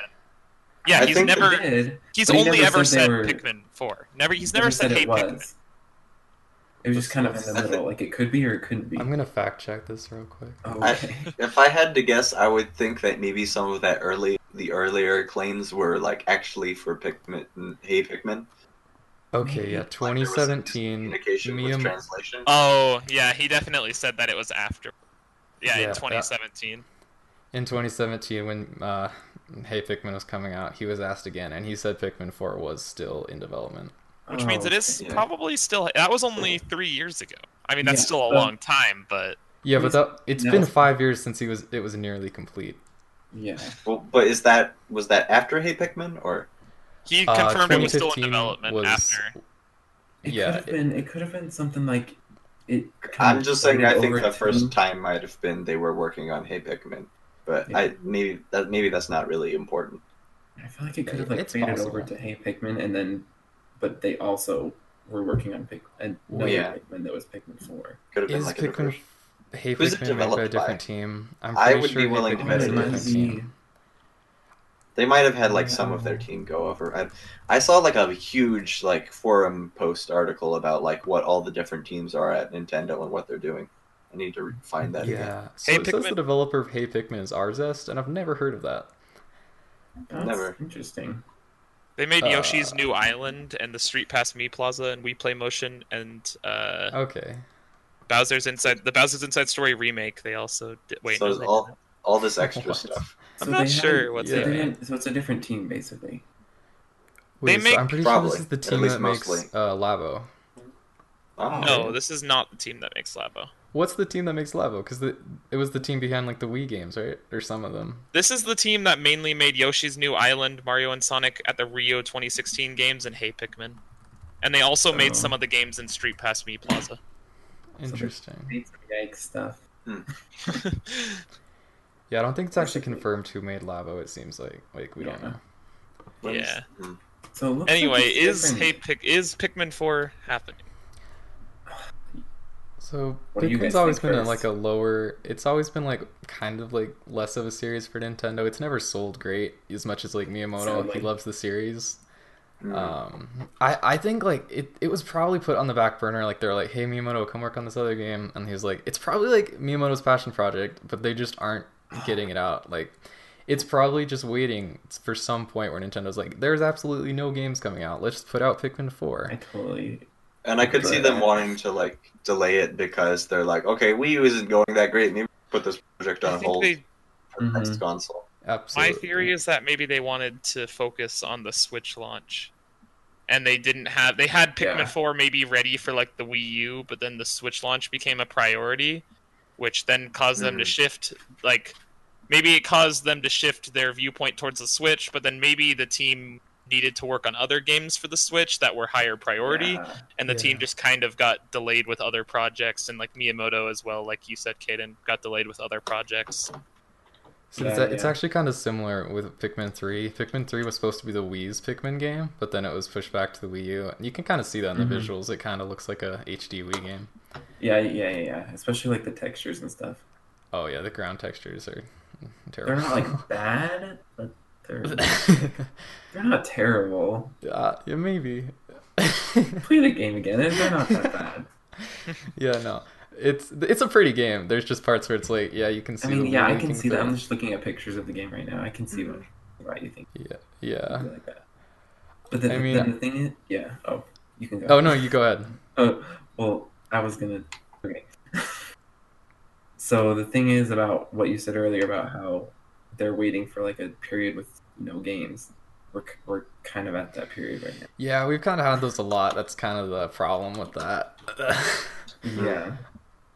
S4: Yeah,
S1: I
S4: he's
S1: think
S4: never
S3: They did.
S4: he's
S3: but he
S4: only
S3: never
S4: ever
S3: said they
S4: said
S3: were-
S4: Pikmin 4. Never he's
S3: They
S4: never
S3: just
S4: said, Hey
S3: it
S4: Pikmin.
S3: was. It was just kind of in
S1: I
S3: the
S1: think-
S3: middle, like it could be or it couldn't be.
S2: I'm gonna fact check this real quick.
S3: Oh,
S1: I-
S3: okay.
S1: If I had to guess, I would think that maybe some of that early, the earlier claims were like actually for Pikmin, Hey Pikmin.
S2: Okay, yeah,
S1: Like, there was some
S2: 2017.
S1: communication with
S2: Miyam-
S1: translation.
S3: Ah.
S4: Oh, yeah, he definitely said that it was after. Yeah,
S2: Yeah,
S4: in
S2: that-
S4: 2017.
S2: in 2017, when uh, Hey Pikmin was coming out, he was asked again, and he said Pikmin 4 was still in development.
S4: *laughs* Which means
S3: Oh,
S4: it is
S1: yeah.
S4: probably still that was only 3 years ago. I mean, that's
S3: Yeah,
S4: still a
S2: Uh,
S3: but-
S4: long time, but
S2: Yeah, but that, it's
S3: No.
S2: been five years since he was. It was nearly complete.
S3: Oh, Yeah.
S1: Well, but is that was that after Hey Pikmin or?
S4: he
S2: Uh,
S4: confirmed it was still
S2: 2015
S4: in development
S2: was-
S4: after.
S3: It
S2: Yeah,
S3: could have
S2: it-
S3: been. It could have been something like it. kind
S1: I'm
S3: of
S1: just saying. I
S3: started
S1: think
S3: over
S1: the
S3: to-
S1: first time might have been they were working on Hey Pikmin, but
S3: Yeah.
S1: I maybe that maybe that's not really important.
S3: I feel like it could have like
S2: It's
S3: faded
S2: possible.
S3: over to Hey Pikmin, and then, but they also were working on Pik- another
S1: Yeah.
S3: Pikmin that was Pikmin Four.
S1: Could have been
S2: Is
S1: like a
S2: Pikmin
S1: diversion.
S2: Hey
S1: Who's it
S2: Pikmin made by a
S1: developed by?
S2: different team? I'm
S1: I
S2: pretty
S1: would
S2: sure
S1: be
S2: Hey
S1: willing to
S2: Pikmin
S1: bet
S2: is a
S1: it
S2: different
S1: is.
S2: team.
S1: They might have had like some of their team go over. I, I saw like a huge like forum post article about like what all the different teams are at Nintendo and what they're doing. I need to re- find that again.
S2: Yeah. So
S4: Hey
S2: it says the
S4: Pikmin-
S2: developer of Hey Pikmin is Arzest, and I've never heard of that.
S3: That's
S1: Never.
S3: Interesting.
S4: They made
S2: Uh,
S4: Yoshi's New Island and the Street Past Me Plaza and We Play Motion and uh,
S2: Okay.
S4: Bowser's Inside the Bowser's Inside Story remake. They also did. Wait,
S1: so
S4: no,
S1: it's
S4: they
S1: all
S4: didn't.
S1: all this extra
S2: *laughs* What?
S1: stuff.
S4: I'm
S3: So
S4: not
S3: they
S4: sure
S3: haven't-
S4: what's
S3: so
S2: yeah.
S3: they
S4: in it.
S3: didn't- So it's a different team, basically.
S2: Wait,
S4: make-
S2: so I'm pretty
S1: Probably,
S2: sure this is the
S1: at
S2: team
S1: least
S2: that makes
S1: mostly.
S2: uh, Labo.
S1: Oh,
S4: No, this is not the team that makes Labo.
S2: What's the team that makes Labo? Because it was the team behind like the Wii games, right? Or some of them.
S4: This is the team that mainly made Yoshi's New Island, Mario and Sonic at the Rio 2016 games, and Hey Pikmin. And they also
S3: Oh.
S4: made some of the games in Street Past Me
S3: *laughs*
S4: Plaza.
S2: Interesting.
S3: Made some Yikes stuff.
S2: Yeah, I don't think it's actually
S3: Basically.
S2: confirmed who made Labo. It seems like like we don't
S3: Yeah.
S2: know.
S1: Let me s-
S4: yeah.
S1: hmm.
S3: So it looks like
S4: anyway,
S3: it's
S4: is Hey
S3: different.
S4: Pik is Pikmin 4 happening?
S2: So
S3: What do you guys
S2: Pikmin's always
S3: think
S2: been a, like
S3: first?
S2: a lower. It's always been like kind of like less of a series for Nintendo. It's never sold great as much as like Miyamoto.
S3: Sadly.
S2: He loves the series.
S1: Hmm.
S2: Um, I I think like it it was probably put on the back burner. Like they're like, hey Miyamoto, come work on this other game, and he was like, it's probably like Miyamoto's passion project, but they just aren't getting it out. Like, it's probably just waiting for some point where Nintendo's like, there's absolutely no games coming out. Let's just put out Pikmin
S3: I
S2: Four.
S3: totally.
S1: And I could see them wanting to like delay it because they're like, okay, Wii U isn't going that great. Maybe we put this project
S4: I
S1: on
S4: think
S1: hold
S4: they,
S1: for the
S2: Mm-hmm.
S1: next console.
S4: my
S2: Absolutely.
S4: theory is that maybe they wanted to focus on the Switch launch. And they didn't have they had Pikmin
S3: Yeah.
S4: 4 maybe ready for like the Wii U, but then the Switch launch became a priority, which then caused them
S3: Hmm.
S4: to
S1: Mhm.
S4: shift like maybe it caused them to shift their viewpoint towards the Switch, but then maybe the team needed to work on other games for the Switch that were higher priority
S3: Yeah.
S4: and the
S2: Yeah.
S4: team just kind of got delayed with other projects and like Miyamoto as well, like you said, Kaden got delayed with other projects.
S2: So it's,
S3: Yeah,
S2: it's
S3: yeah.
S2: actually kind of similar with Pikmin 3. Pikmin 3 was supposed to be the Wii's Pikmin game, but then it was pushed back to the Wii U. And you can kind of see that in the
S3: Mhm.
S2: visuals. It kind of looks like a HD Wii game.
S3: yeah, yeah, yeah, yeah. Especially like the textures and stuff.
S2: Oh yeah, the ground textures are
S3: They're
S2: terrible.
S3: not
S4: *laughs*
S3: like bad, but they're they're not terrible.
S2: *laughs* uh, yeah, maybe. *laughs*
S3: Play the game again. They're they're not that
S4: *laughs*
S3: bad.
S2: yeah, no. It's it's a pretty game. There's just parts where it's like, yeah, you can see.
S3: I
S2: the
S3: mean, yeah, I
S2: winking
S3: can see that. I'm
S2: thing.
S3: just looking at pictures of the game right now. I can
S4: Hmm.
S3: see what why you think
S2: Yeah.
S4: Uh.
S3: something like that. But the,
S2: I
S3: I
S2: mean-
S3: mean, the, thing is, yeah. Oh, you can go.
S2: Oh no, you go ahead.
S3: Oh, *laughs* well, I was gonna. Okay. so the thing is about what you said earlier about how they're waiting for like a period with no games. We're we're kind of at that period right now.
S2: Yeah, we've kind of had those a lot. That's kind of the problem with that. *laughs*
S3: Yeah.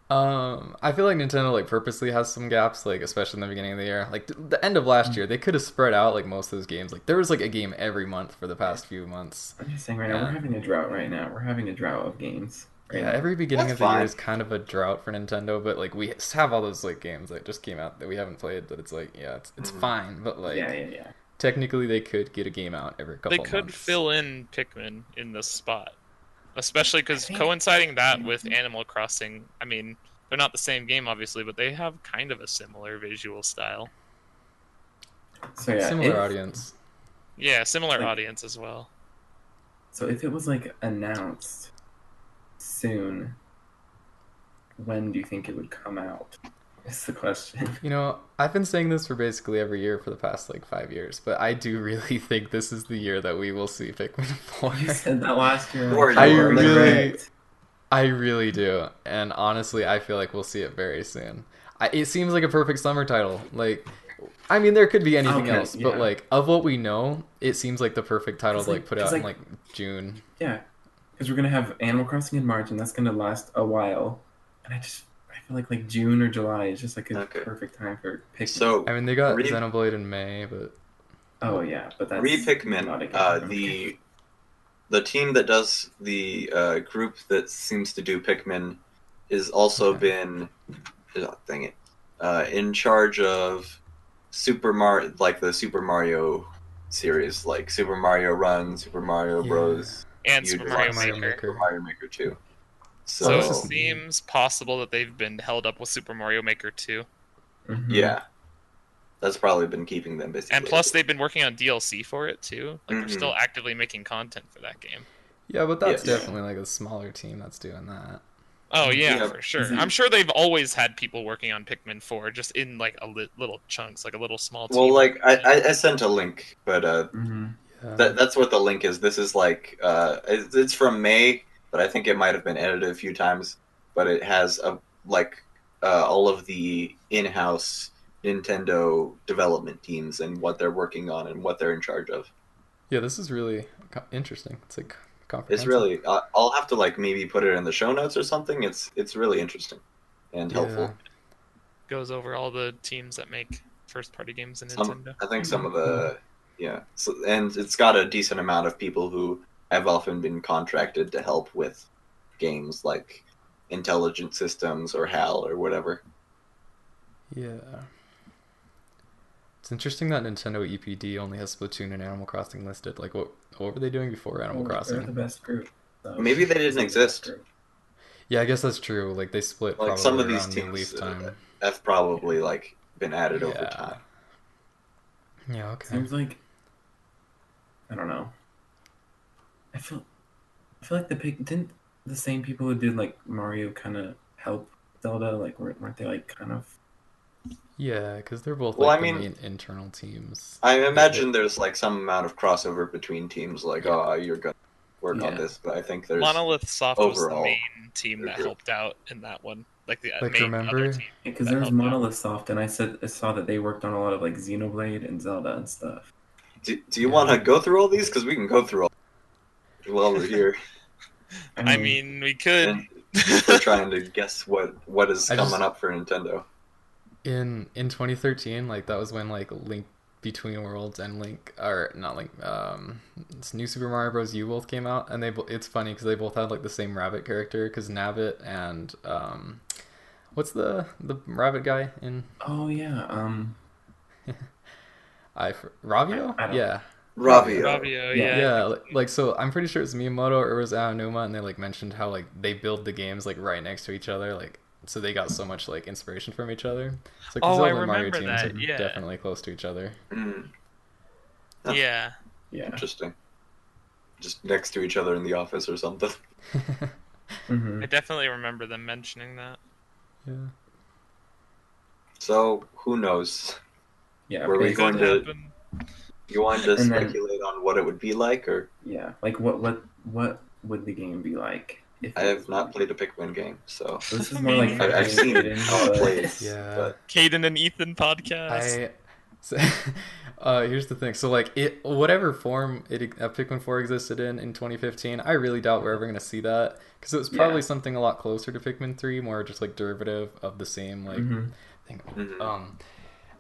S2: Um, I feel like Nintendo like purposely has some gaps, like especially in the beginning of the year. Like th- the end of last
S3: Mm.
S2: year, they could have spread out like most of those games. Like there was like a game every month for the past few months.
S3: I'm just saying right now
S2: Yeah.
S3: we're having a drought. Right now we're having a drought of games. Right
S2: Yeah,
S3: now.
S2: every beginning
S1: That's
S2: of the year
S1: fine.
S2: is kind of a drought for Nintendo, but like we s- have all those like games that just came out that we haven't played. That it's like yeah, it's it's
S1: Mhm.
S2: fine, but like
S3: Mm. yeah, yeah, yeah.
S2: technically they could get a game out every couple.
S4: They could
S2: months.
S4: fill in Pikmin in this spot, especially because
S3: think-
S4: coinciding that with Animal Crossing. I mean, they're not the same game, obviously, but they have kind of a similar visual style.
S3: So yeah,
S2: similar
S3: if-
S2: audience.
S4: Yeah, similar
S3: Like-
S4: audience as well.
S3: So if it was like announced soon, when do you think it would come out? Is the question. *laughs*
S2: You know, I've been saying this for basically every year for the past like five years, but I do *laughs* really think this is the year that we will see Pikmin Four.
S3: You said that last year.
S1: Or
S3: I'm sure
S1: I
S3: you're
S2: really-
S3: correct.
S2: I really do, and honestly, I feel like we'll see it very soon. I, it seems like a perfect summer title. Like, I mean, there could be anything
S3: Okay,
S2: else, but
S3: yeah.
S2: like of what we know, it seems like the perfect title to
S3: 'Cause, like-
S2: like put
S3: 'cause,
S2: out in
S3: like-
S2: like June.
S3: Yeah, because we're gonna have Animal Crossing in March, and that's gonna last a while. And I just I feel like like June or July is just like a
S1: Okay.
S3: perfect time for Pikmin.
S1: So
S2: I mean, they got
S1: Re-
S2: Xenoblade in May, but
S3: oh yeah, but that's
S1: Re
S3: not a
S1: Pikmin,
S3: good
S1: uh,
S3: one.
S1: *laughs* the the team that does the uh, group that seems to do Pikmin, is also
S2: Okay.
S1: been, oh, dang it, uh, in charge of Super Mar like the Super Mario series, like Super Mario Run, Super Mario
S2: Yeah.
S1: Bros,
S4: And
S1: You
S4: Super
S1: just
S4: Mario
S1: want
S4: Maker.
S2: Mario
S1: Super
S2: Maker.
S1: Mario Maker Two.
S4: So
S1: So
S4: it
S2: Oh, this is-
S4: seems possible that they've been held up with Super Mario Maker 2.
S3: Mhm.
S1: yeah, that's probably been keeping them busy.
S4: Hmm. And
S1: lately.
S4: plus, they've been working on DLC for it too. Like
S1: Mhm.
S4: they're still actively making content for that game.
S2: yeah, but that's
S1: Yes.
S2: definitely like a smaller team that's doing that.
S4: Oh yeah,
S1: Yeah.
S4: for sure.
S3: Mhm.
S4: I'm sure they've always had people working on Pikmin 4, just in like a li- little chunks, like a little small team.
S1: well, like I, I, I sent a link, but uh,
S3: Mhm.
S2: Yeah.
S1: That, that's what the link is. This is like uh, it's it's from May, but I think it might have been edited a few times. But it has a like uh, all of the in-house Nintendo development teams and what they're working on and what they're in charge of.
S2: yeah, this is really co- interesting. It's like
S1: It's
S2: comprehensive.
S1: really I I'll have to like maybe put it in the show notes or something. It's it's really interesting and helpful.
S4: goes over all the teams that make first party games in
S1: Some-
S4: Nintendo.
S1: I think some of
S2: Mm-hmm.
S1: the yeah, so, and it's got a decent amount of people who have often been contracted to help with games like Intelligent Systems or HAL or whatever.
S2: Yeah. It's interesting that Nintendo EPD only has Splatoon and Animal Crossing listed. Like, what what were they doing before Animal
S3: They're the
S2: Crossing?
S3: best group. so-
S1: Maybe they didn't
S3: They're the best
S1: exist.
S3: group.
S2: Yeah, I guess that's true. Like, they split
S1: Like,
S2: probably
S1: some of these
S2: around New
S1: teams,
S2: Leaf
S1: uh,
S2: time.
S1: Have probably like been added over
S2: Yeah.
S1: time.
S2: Yeah. Okay.
S3: Seems like I don't know. I feel I feel like the pick didn't the same people who did like Mario kind of help Zelda like weren't, weren't they like kind of
S2: Yeah, because they're both
S1: Well,
S2: like
S1: I
S2: the
S1: mean-
S2: main internal teams.
S1: I imagine there's like some amount of crossover between teams. Like,
S2: Yeah.
S1: oh, you're gonna work on
S3: Yeah.
S1: this, but I think there's
S4: Monolith Soft was the
S1: overall,
S4: main team that
S1: group.
S4: helped out in that one. Like the
S2: Like,
S4: main
S2: remember?
S4: other team.
S3: because
S4: That
S3: there was
S4: helped out.
S3: Monolith Soft and I said I saw that they worked on a lot of like Xenoblade and Zelda and stuff.
S1: Do, do you want to go through all these? Because we can go through all while we're here.
S4: I mean, we could.
S1: and we're trying to guess what what is
S2: I
S1: coming
S2: just-
S1: up for Nintendo.
S2: In in 2013, like that was when like Link Between Worlds and Link, or not Link, um, it's New Super Mario Bros. U both came out, and they bo- it's funny because they both had like the same rabbit character because Nabbit and um, what's the the rabbit guy in
S3: oh yeah, um,
S2: I for- Ravio?
S3: I- I don't-
S2: yeah.
S1: Ravi.
S4: Fabio,
S3: Yeah.
S4: yeah.
S2: Yeah, li- like so I'm pretty sure it's Miyamoto or it was Aonuma and they like mentioned how like they build the games like right next to each other, like so they got so much like inspiration from each other. It's like the
S4: Oh, I
S2: Zelda and Mario
S4: remember
S2: teams
S4: that,
S2: are
S4: yeah.
S2: definitely close to each other. *laughs*
S1: Mm,
S4: yeah.
S3: yeah.
S1: interesting. Just next to each other in the office or something. *laughs*
S3: hmm
S4: I definitely remember them mentioning that.
S2: Yeah.
S1: So who knows?
S3: Yeah,
S1: Were we
S3: basically-
S1: going to-
S4: Could happen.
S1: You want to
S3: And then-
S1: speculate on what it would be like, or
S3: yeah, like what what what would the game be like? If
S1: I have not
S2: Mm-hmm.
S1: played a Pikmin game, so
S3: This
S4: *laughs*
S3: is more like
S1: I, I've seen it how
S2: *laughs*
S1: it plays.
S2: Yeah.
S1: But
S4: Caden and Ethan podcast.
S2: I *laughs* so, uh, here's the thing. So like it, whatever form it uh, Pikmin Four existed in in 2015, I really doubt we're ever gonna see that because it was probably
S3: Yeah.
S2: something a lot closer to Pikmin Three, more just like derivative of the same like
S4: Mm-hmm.
S3: Mhm.
S2: thing.
S1: Mhm.
S2: Um,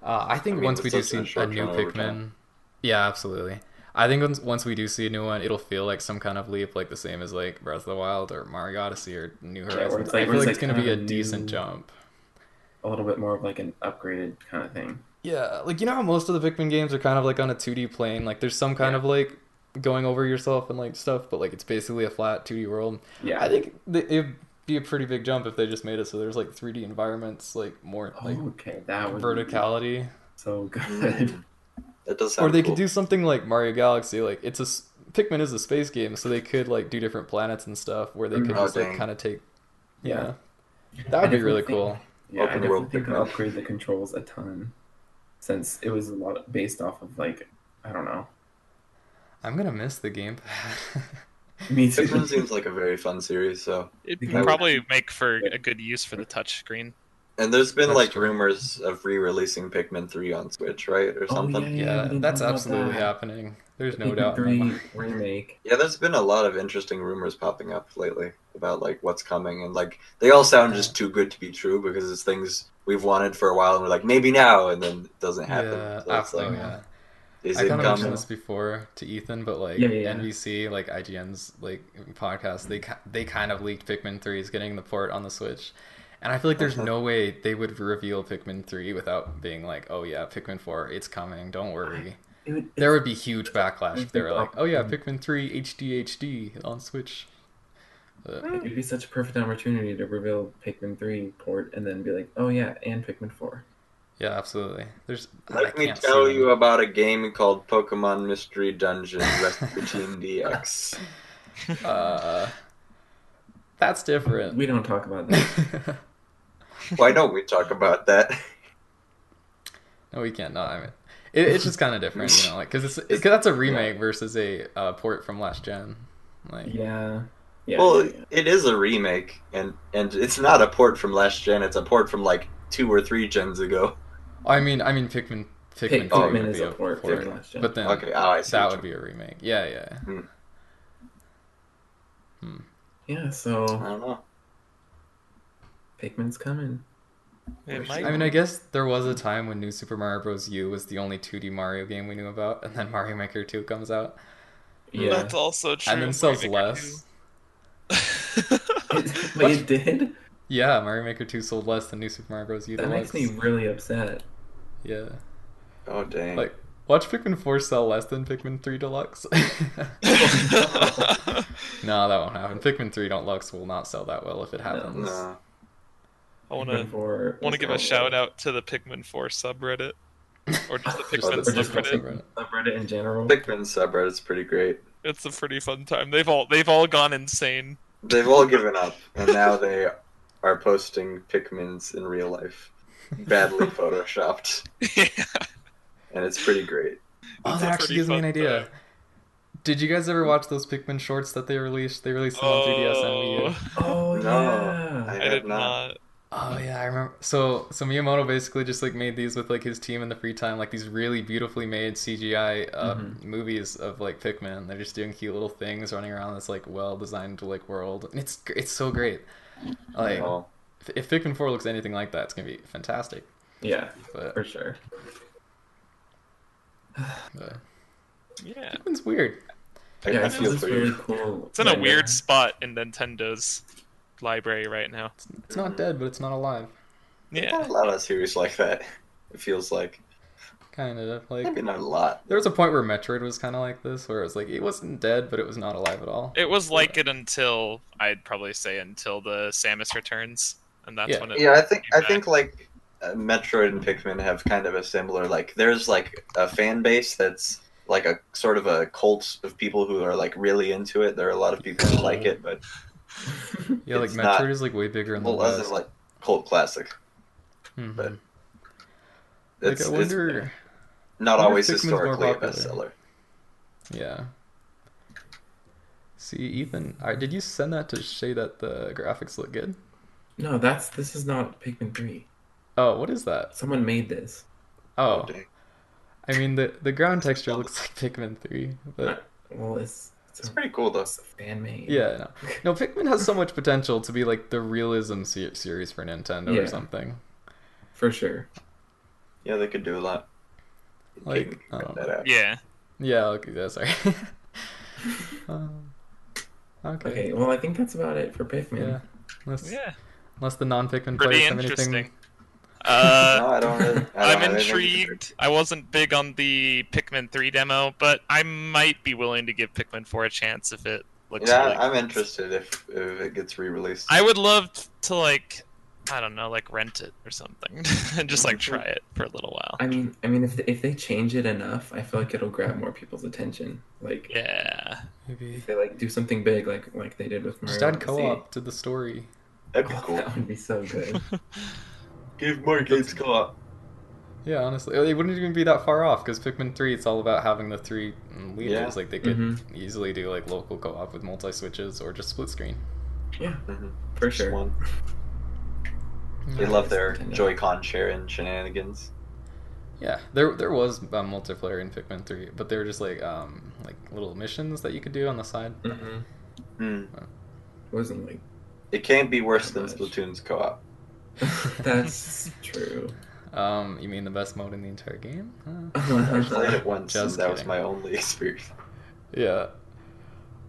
S2: uh, I think
S1: I mean,
S2: once we
S1: it's
S2: do
S1: just
S2: see
S1: a
S2: a
S1: short
S2: new
S1: turnover
S2: Pikmin,
S1: time.
S2: yeah, absolutely. I think once once we do see a new one, it'll feel like some kind of leap, like the same as like Breath of the Wild or Mario Odyssey or New
S3: where
S2: Horizons.
S3: it's like-
S2: I feel
S3: where
S2: like
S3: it's
S2: it's
S3: like
S2: gonna be
S3: kind
S2: a
S3: of a
S2: decent
S3: new-
S2: jump.
S3: a little bit more of like an upgraded kind of thing.
S2: Yeah, like you know how most of the Pikmin games are kind of like on a 2D plane. Like there's some kind
S3: Yeah.
S2: of like going over yourself and like stuff, but like it's basically a flat 2D world.
S3: Yeah,
S2: I think th- it'd be a pretty big jump if they just made it so there's like 3D environments, like more
S3: Oh,
S2: like
S3: okay, that would be
S2: verticality.
S3: so good.
S2: *laughs*
S1: mm, that does sound.
S2: Or they
S1: cool.
S2: could do something like Mario Galaxy. Like it's a s- Pikmin is a space game, so they could like do different planets and stuff where they could
S1: Oh,
S2: just like
S1: dang.
S2: kind of take. Yeah,
S3: Mm-hmm. Yeah.
S2: that would
S3: I
S2: be
S3: definitely
S2: really
S3: think-
S2: cool.
S3: *laughs* Yeah,
S1: Open
S3: I definitely
S1: world
S3: think they
S1: Pikmin.
S3: upgrade the controls a ton, since it was a lot of- based off of like I don't know. *laughs*
S2: I'm gonna miss the gamepad. *laughs*
S3: Me too.
S1: Pikmin seems like a very fun series. So,
S4: It'd
S3: Because-
S4: probably make for a good use for the touchscreen.
S1: and there's been
S2: That's
S1: like
S2: true.
S1: rumors of re-releasing Pikmin three on Switch, right, or
S3: Oh,
S1: something. yeah.
S3: I
S2: yeah,
S3: didn't
S2: that's
S3: know about
S2: absolutely
S3: that.
S2: happening. There's no
S3: Pikmin
S2: doubt. in my mind.
S3: Three remake.
S1: there's been a lot of interesting rumors popping up lately about like what's coming, and like they all sound just too good to be true because it's things we've wanted for a while, and we're like maybe now, and then it doesn't happen.
S2: Yeah,
S1: so it's
S2: oh,
S1: like,
S2: yeah.
S1: is
S2: I
S1: it
S2: kind of mentioned
S1: coming?
S2: this before to Ethan, but like
S3: Yeah, yeah, yeah.
S2: NBC, like IGN's like podcast, they ki- they kind of leaked Pikmin 3 is getting the port on the Switch, and I feel
S1: *laughs*
S2: like there's no way they would reveal Pikmin 3 without being like, oh yeah, Pikmin 4, it's coming, don't worry.
S3: It would,
S2: There would be huge backlash if they were like, oh yeah,
S1: Mm-hmm.
S2: Pikmin 3 HD HD on Switch. But,
S3: It'd be such a perfect opportunity to reveal Pikmin 3 port and then be like, oh yeah, and Pikmin 4.
S2: yeah, absolutely. There's I
S1: Let me
S2: can't
S1: tell
S2: see
S1: you
S2: them.
S1: about a game called Pokemon Mystery
S2: *laughs*
S1: Dungeon Rescue Team DX.
S2: Uh, that's
S1: *laughs*
S2: different.
S3: We don't talk
S2: *laughs*
S3: about that.
S1: Why don't we talk about that?
S2: No, we can't. No, I mean, it, it's just kind of different, you know, like because it's because that's a remake versus a uh, port from last gen. Like,
S3: yeah. Yeah.
S1: Well, it is a remake, and and it's not a port from last gen. It's a port from like two or three gens ago.
S2: I mean, I mean, Pikmin, Pikmin,
S3: Pikmin,
S2: 3 would
S3: is
S2: be
S3: a port,
S2: port,
S3: from last gen.
S2: but then
S1: Okay, oh, I see.
S2: that
S1: what
S2: would be a remake. Yeah, yeah.
S3: yeah,
S1: you- I
S3: so
S1: don't know.
S3: Pikmin's coming.
S4: It
S1: Which-
S4: might.
S2: I mean, I guess there was a time when New Super Mario Bros. U was the only 2D Mario game we knew about, and then Mario Maker 2 comes out,
S3: Yeah. *laughs*
S4: That's also true.
S2: and then sells
S4: Mario Maker
S2: less.
S4: *laughs*
S3: It-
S1: *laughs*
S3: Wait, it did?
S2: Yeah, Mario Maker 2 sold less than New Super Mario Bros. U.
S3: That makes me
S2: Deluxe.
S3: really upset.
S2: Yeah.
S1: Oh dang!
S2: Like, watch Pikmin 4 sell less than Pikmin 3 Deluxe. *laughs*
S4: two.
S2: No, that won't happen. Pikmin 3 Don't Lux will not sell that well if it happens.
S1: no,
S4: I
S3: *laughs*
S4: want to
S3: want
S4: want to give a shout out to the Pikmin 4 subreddit, or just the
S2: Just
S4: Pikmin
S2: the- just the
S4: subreddit.
S2: subreddit.
S3: Reddit in general.
S1: Pikmin subreddit's pretty great.
S4: It's a pretty fun time. They've all they've all gone insane.
S1: They've all given up, and now they are posting Pikmin's in real life, badly
S2: *laughs*
S1: photoshopped, and it's pretty great.
S2: Oh,
S4: It's
S2: that
S4: a
S2: actually
S4: pretty
S2: gives me an
S4: fun
S2: idea.
S4: time.
S2: Did you guys ever watch those Pikmin shorts that they released? They released them on 3DS and Wii U.
S4: oh,
S3: Oh,
S1: No,
S3: yeah.
S1: I-
S4: I did not.
S2: Oh yeah, I remember. So so Miyamoto basically just like made these with like his team in the free time, like these really beautifully made CGI um,
S4: Mm-hmm.
S2: movies of like Pikmin. They're just doing cute little things running around this like well designed like world, and it's it's so great. Like
S1: Oh,
S2: if, if Pikmin Four looks anything like that, it's gonna be fantastic.
S3: Yeah,
S2: But,
S3: for sure.
S2: but
S4: Yeah,
S2: Pikmin's uh, weird.
S1: I
S3: Yeah,
S1: I
S3: it's
S1: feel
S3: this
S1: for
S3: really
S1: you.
S3: cool.
S4: it's in a
S3: Yeah. *laughs*
S4: weird spot in Nintendo's library right now.
S2: It's not dead, but it's not alive.
S4: Yeah,
S1: Not a lot of series like that. It feels like
S2: Kind of like
S1: maybe not a lot.
S2: there was a point where Metroid was kind of like this, where it was like it wasn't dead, but it was not alive at all.
S4: it was like it until I'd probably say until the Samus returns, and that's
S2: Yeah.
S4: when it.
S1: Yeah, I think
S4: came
S1: I
S4: back.
S1: think like uh, Metroid and Pikmin have kind of a similar like. There's like a fan base that's like a sort of a cult of people who are like really into it. There are a lot of people who like it, but
S2: yeah, like
S1: it's not-
S2: Metroid is like way bigger in the
S1: well, other
S2: West.
S1: than like cult classic,
S2: Mhm.
S1: but
S2: Like
S1: it's,
S2: I
S1: it's
S2: wonder,
S1: not
S2: wonder if
S1: always
S2: Pikmin's more
S1: historically a
S2: popular.
S1: bestseller.
S2: yeah. See, Ethan, I, did you send that to say that the graphics look good?
S3: No, that's this is not Pikmin three.
S2: Oh, what is that?
S3: Someone made this.
S2: Oh,
S1: dang.
S2: I mean the the ground texture looks like Pikmin three, but
S3: Well, it's it's,
S1: It's
S3: a,
S1: pretty cool though.
S3: it's a fan made.
S2: yeah, no, no, Pikmin has so much potential to be like the realism se- series for Nintendo
S3: Yeah.
S2: or something.
S3: for sure.
S1: Yeah, they could do a lot.
S2: Like, um,
S1: Can
S2: I
S1: cut
S2: don't
S1: that
S2: know.
S1: out.
S4: Yeah.
S2: Yeah, okay, yeah,
S4: *laughs*
S2: sorry. um, okay.
S3: Okay, well, I think that's about it for Pikmin.
S2: Yeah. Unless,
S4: Yeah.
S2: unless the non-Pikmin
S4: Pretty
S2: players have anything.
S4: interesting. Uh,
S1: no, I don't. Really, I don't
S4: I'm
S1: have anything to
S4: intrigued. I wasn't big on the Pikmin 3 demo, but I might be willing to give Pikmin 4 a chance if it looks
S1: Yeah,
S4: really
S1: I'm interested if, if it gets re-released.
S4: I would love t- to like I don't know, like rent it or something *laughs* and
S1: Mm-hmm.
S4: just like try it for a little while.
S3: I mean, I mean, if if they change it enough, I feel like it'll grab more people's attention. Like
S4: Yeah. *laughs*
S2: Maybe
S3: if they like do something big, like like they did with Mario.
S2: just add
S3: Odyssey.
S2: co-op to the story.
S1: That'd be
S3: Oh,
S4: *laughs*
S1: cool.
S3: That would be
S2: *laughs*
S3: so good.
S1: Give more games co-op.
S2: Yeah, honestly, it wouldn't even be that far off because Pikmin Three, it's all about having the three mm, leaders.
S1: Yeah. Mm-hmm.
S2: Like they could
S3: Mm-hmm.
S2: easily do like local co-op with multi switches or just split screen.
S3: yeah,
S1: Mhm.
S3: for
S1: Just
S3: sure.
S1: One. They
S2: Yeah,
S1: love their
S3: Nintendo.
S1: Joy-Con sharing shenanigans.
S2: yeah. There there was um, multiplayer in Pikmin Three, but they were just like um like little missions that you could do on the side.
S3: Mm-hmm.
S1: Hmm.
S3: Wasn't
S2: *laughs*
S3: like
S1: It can't be worse than
S3: Nice.
S1: Splatoon's
S4: *laughs*
S1: co-op.
S3: that's
S2: *laughs*
S3: true.
S2: Um, you mean the best mode in the entire game? Uh, Huh.
S1: I played it once, and
S2: Just
S1: that was
S2: kidding.
S1: my only *laughs* experience.
S2: Yeah.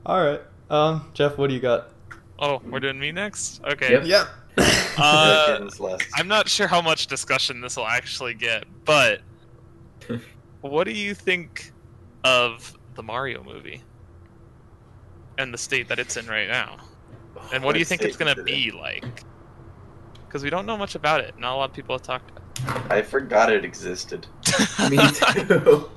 S2: All right. Um, Jeff, what do you got?
S4: Oh, we're doing me next? Okay.
S2: *coughs*
S3: Yep.
S2: Yep.
S1: Yeah,
S4: Uh,
S1: Games last. *laughs*
S4: I'm not sure how much discussion this will actually get, but what do you think of the Mario movie? And the state that it's in right now. And
S1: *laughs*
S4: what do you think it's going to be like? Because we don't know much about it. Not a lot of people have talked about
S1: I forgot it existed.
S4: it.
S3: Me
S4: *laughs*
S1: *laughs*
S3: too.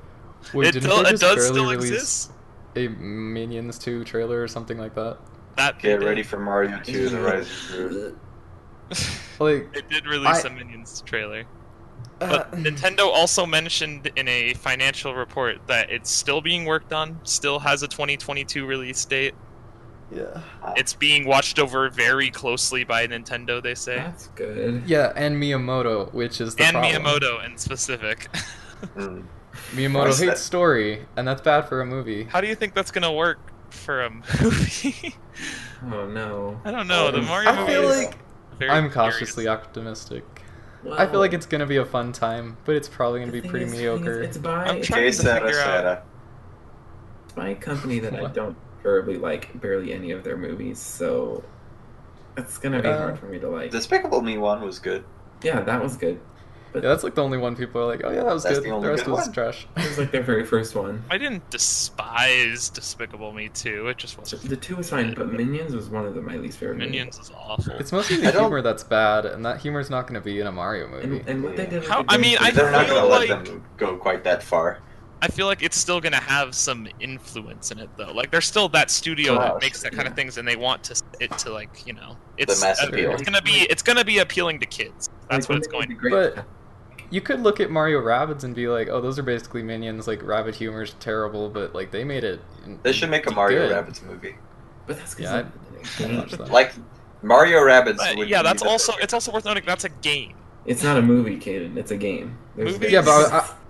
S2: Wait,
S4: it,
S2: didn't
S4: do-
S2: they
S4: it
S2: just
S4: does
S2: barely
S4: still
S2: release
S4: exist.
S2: a Minions Two trailer or something like that?
S4: That they
S1: Get
S4: did.
S1: ready for Mario 2: The Rise of
S4: *laughs*
S1: Gru.
S2: Like,
S4: They did release
S2: I-
S4: a Minions trailer.
S2: uh,
S4: But Nintendo also mentioned in a financial report that it's still being worked on, still has a 2022 release date.
S2: yeah.
S4: It's being watched over very closely by Nintendo, they say.
S3: That's good.
S2: Yeah, and Miyamoto, which is the
S4: and
S2: problem.
S4: Miyamoto in specific. *laughs*
S1: Mm.
S2: Miyamoto
S1: What's
S2: hates
S1: that?
S2: story, and that's bad for a movie.
S4: How do you think that's going to work for a *laughs* movie?
S3: Oh no.
S4: I don't know. The
S3: Um,
S4: Mario
S2: I
S4: movie
S2: feel
S4: is
S2: like
S4: very
S2: I'm cautiously
S4: curious.
S2: optimistic. I feel like it's gonna be a fun time, but it's probably gonna
S3: Oh. The
S2: be
S3: thing
S2: pretty
S3: is- the thing is,
S2: mediocre.
S3: It's by
S4: I'm
S3: it's
S4: trying
S1: Jay
S4: to
S1: Sara
S4: figure out-
S1: Sara.
S3: by a company that I
S2: What?
S3: don't terribly like barely any of their movies, so it's gonna be
S2: Uh,
S3: hard for me to like.
S1: Despicable Me One was good.
S3: Yeah, that was good.
S2: Yeah, that's like the only one people are like, oh yeah, that was
S1: That's
S2: good.
S1: the
S2: The,
S1: only
S2: rest
S1: good
S2: was
S1: one.
S4: *laughs*
S2: trash.
S3: It was like their very first one.
S4: I didn't despise Despicable Me 2. It just wasn't.
S3: The two was fine, but Minions was one of the, my least favorite. movies.
S4: Minions is awful.
S2: It's mostly the
S1: I don't-
S2: humor that's bad, and that humor's not gonna be in a Mario movie.
S3: And, and what they did. with
S4: How-
S3: the
S4: I mean,
S3: Grand
S4: I
S1: They're not
S3: Theft
S4: feel
S1: gonna
S3: Auto-
S1: let
S4: like-
S1: them go quite that far.
S4: I feel like it's still gonna have some influence in it though. Like there's still that studio
S1: Oh,
S4: that makes that kind
S3: yeah.
S4: of things, and they want to s- it to like you know it's
S1: mass
S4: uh,
S2: appeal.
S4: It's gonna be it's gonna be appealing to kids.
S3: like,
S4: That's what
S3: when they
S4: it's
S3: did
S4: going.
S3: the
S4: to
S2: But
S3: Grand Theft-
S2: you could look at Mario Rabbids and be like, oh, those are basically minions. Like Rabbit humor's terrible, but like they made it.
S1: They should make a Mario
S2: good.
S1: Rabbits movie.
S3: but that's
S2: Yeah,
S3: because
S2: I'd watch that.
S1: Like Mario Rabbits.
S4: But,
S1: would
S4: yeah,
S1: be
S4: that's
S1: the
S4: also
S1: thing.
S4: it's also worth noting that's a game.
S3: it's not a movie, Caden. It's a game. There's
S4: Movies-
S2: Yeah, but I,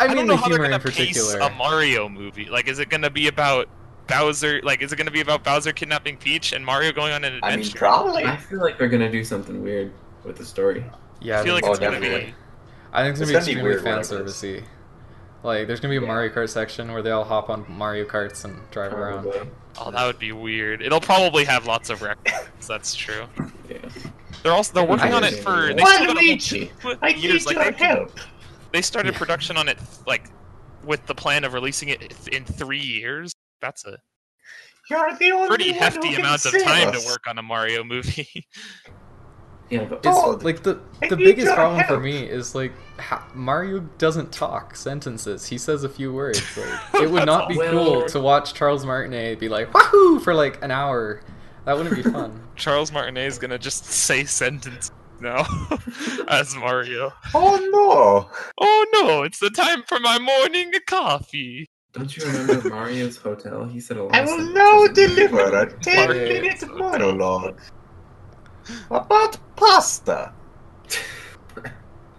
S2: I,
S4: I
S2: mean
S4: don't know
S2: the
S4: how they're
S2: humor in
S4: gonna pace
S2: particular.
S4: a Mario movie. Like, is it gonna be about Bowser? Like, is it gonna be about Bowser kidnapping Peach and Mario going on an
S1: I mean,
S4: adventure?
S1: probably.
S4: *laughs*
S3: I feel like they're gonna do something weird with the story.
S2: yeah,
S4: I feel like
S1: Oh,
S4: it's gonna
S1: definitely.
S4: be.
S2: I think it's gonna
S1: It's
S2: be
S1: gonna be
S2: extremely fan
S1: weird, whatever it is.
S2: servicey. Like, there's gonna be a
S3: Yeah.
S2: Mario Kart section where they all hop on Mario Karts and drive around.
S3: Probably.
S4: Oh, that would be weird. It'll probably have lots
S2: *laughs*
S4: of records. That's true.
S3: Yeah.
S4: They're also they're working
S2: I
S4: on it
S3: just-
S4: for. They
S3: Why
S4: still got a whole two years. Like, they
S1: help.
S4: they started
S2: Yeah.
S4: production on it like with the plan of releasing it th- in three years. That's a
S1: You're the only
S4: pretty hefty amount of time to work on a Mario movie. *laughs*
S3: Yeah, but
S1: It's-
S2: It's, like the
S1: Oh, I
S2: the
S1: need
S2: biggest
S1: your
S2: problem for
S1: help.
S2: me is like ha- Mario doesn't talk sentences. He says a few words.
S1: *laughs*
S2: Like, it would
S4: That's
S2: not be
S3: all.
S2: cool
S3: Well-
S2: to watch Charles Martinet be like wahoo for like an hour. That wouldn't
S1: *laughs*
S2: be fun.
S4: Charles Martinet is gonna just say sentence now *laughs* as Mario.
S1: Oh no!
S4: Oh no, it's the time for my morning coffee.
S3: Don't you remember Mario's hotel? He said a lot.
S6: I
S3: of
S6: will
S3: stuff.
S6: now deliver a
S2: Mario.
S6: 10 minute monologue
S1: About pasta.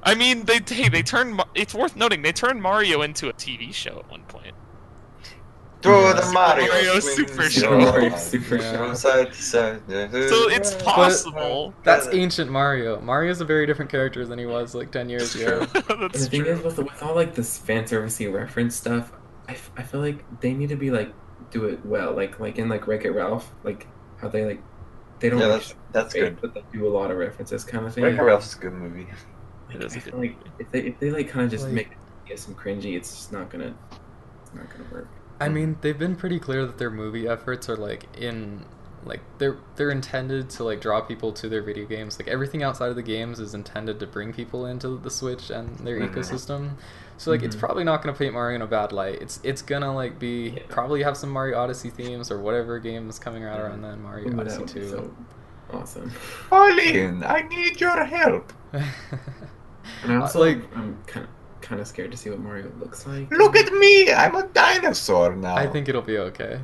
S4: I mean, they hey, they turned. Ma- It's worth noting they turned Mario into a TV show at one point.
S1: Throw
S3: Yeah.
S1: the Mario,
S4: Mario
S1: swings
S4: Super
S1: your
S4: Show.
S3: Mario
S1: *laughs* arm
S3: Super
S2: Yeah.
S3: Show.
S1: From side to side.
S4: So it's possible. *laughs*
S2: That's
S1: Yeah.
S2: ancient Mario. Mario's a very different character than he was like 10 years ago.
S3: And
S4: That's
S3: the thing
S4: true.
S3: is, with, with all like this fan servicey reference stuff, I, f- I feel like they need to be like do it well, like like in like Wreck It Ralph, like how they like they
S1: Yeah,
S3: don't like,
S1: that's that's
S3: fake,
S1: good.
S3: but they do a lot of references kind of thing.
S1: Wreck-It Ralph's a good movie.
S3: Like,
S4: It is
S3: I
S4: a
S3: feel
S4: good
S3: like if they if they like kind of just
S2: Like-
S3: make it tedious and cringy, it's just not gonna it's not gonna work.
S2: I mean, they've been pretty clear that their movie efforts are like in like they're they're intended to like draw people to their video games. Like everything outside of the games is intended to bring people into the Switch and their
S1: Mhm.
S2: ecosystem. So like it's
S3: Mhm.
S2: probably not going to paint Mario in a bad light. It's it's going to like be
S3: Yeah.
S2: probably have some Mario Odyssey themes or whatever game is coming out
S3: Mhm.
S1: Mm-hmm.
S2: around then, Mario
S3: Ooh, that
S2: Odyssey
S3: would be
S2: 2. *laughs*
S3: so awesome.
S1: Pauline, I need your help.
S3: And I
S2: Uh,
S3: also
S2: like-
S3: like I'm kind of kind of scared to see what Mario looks like.
S1: me, I'm a dinosaur now.
S2: I think it'll be okay.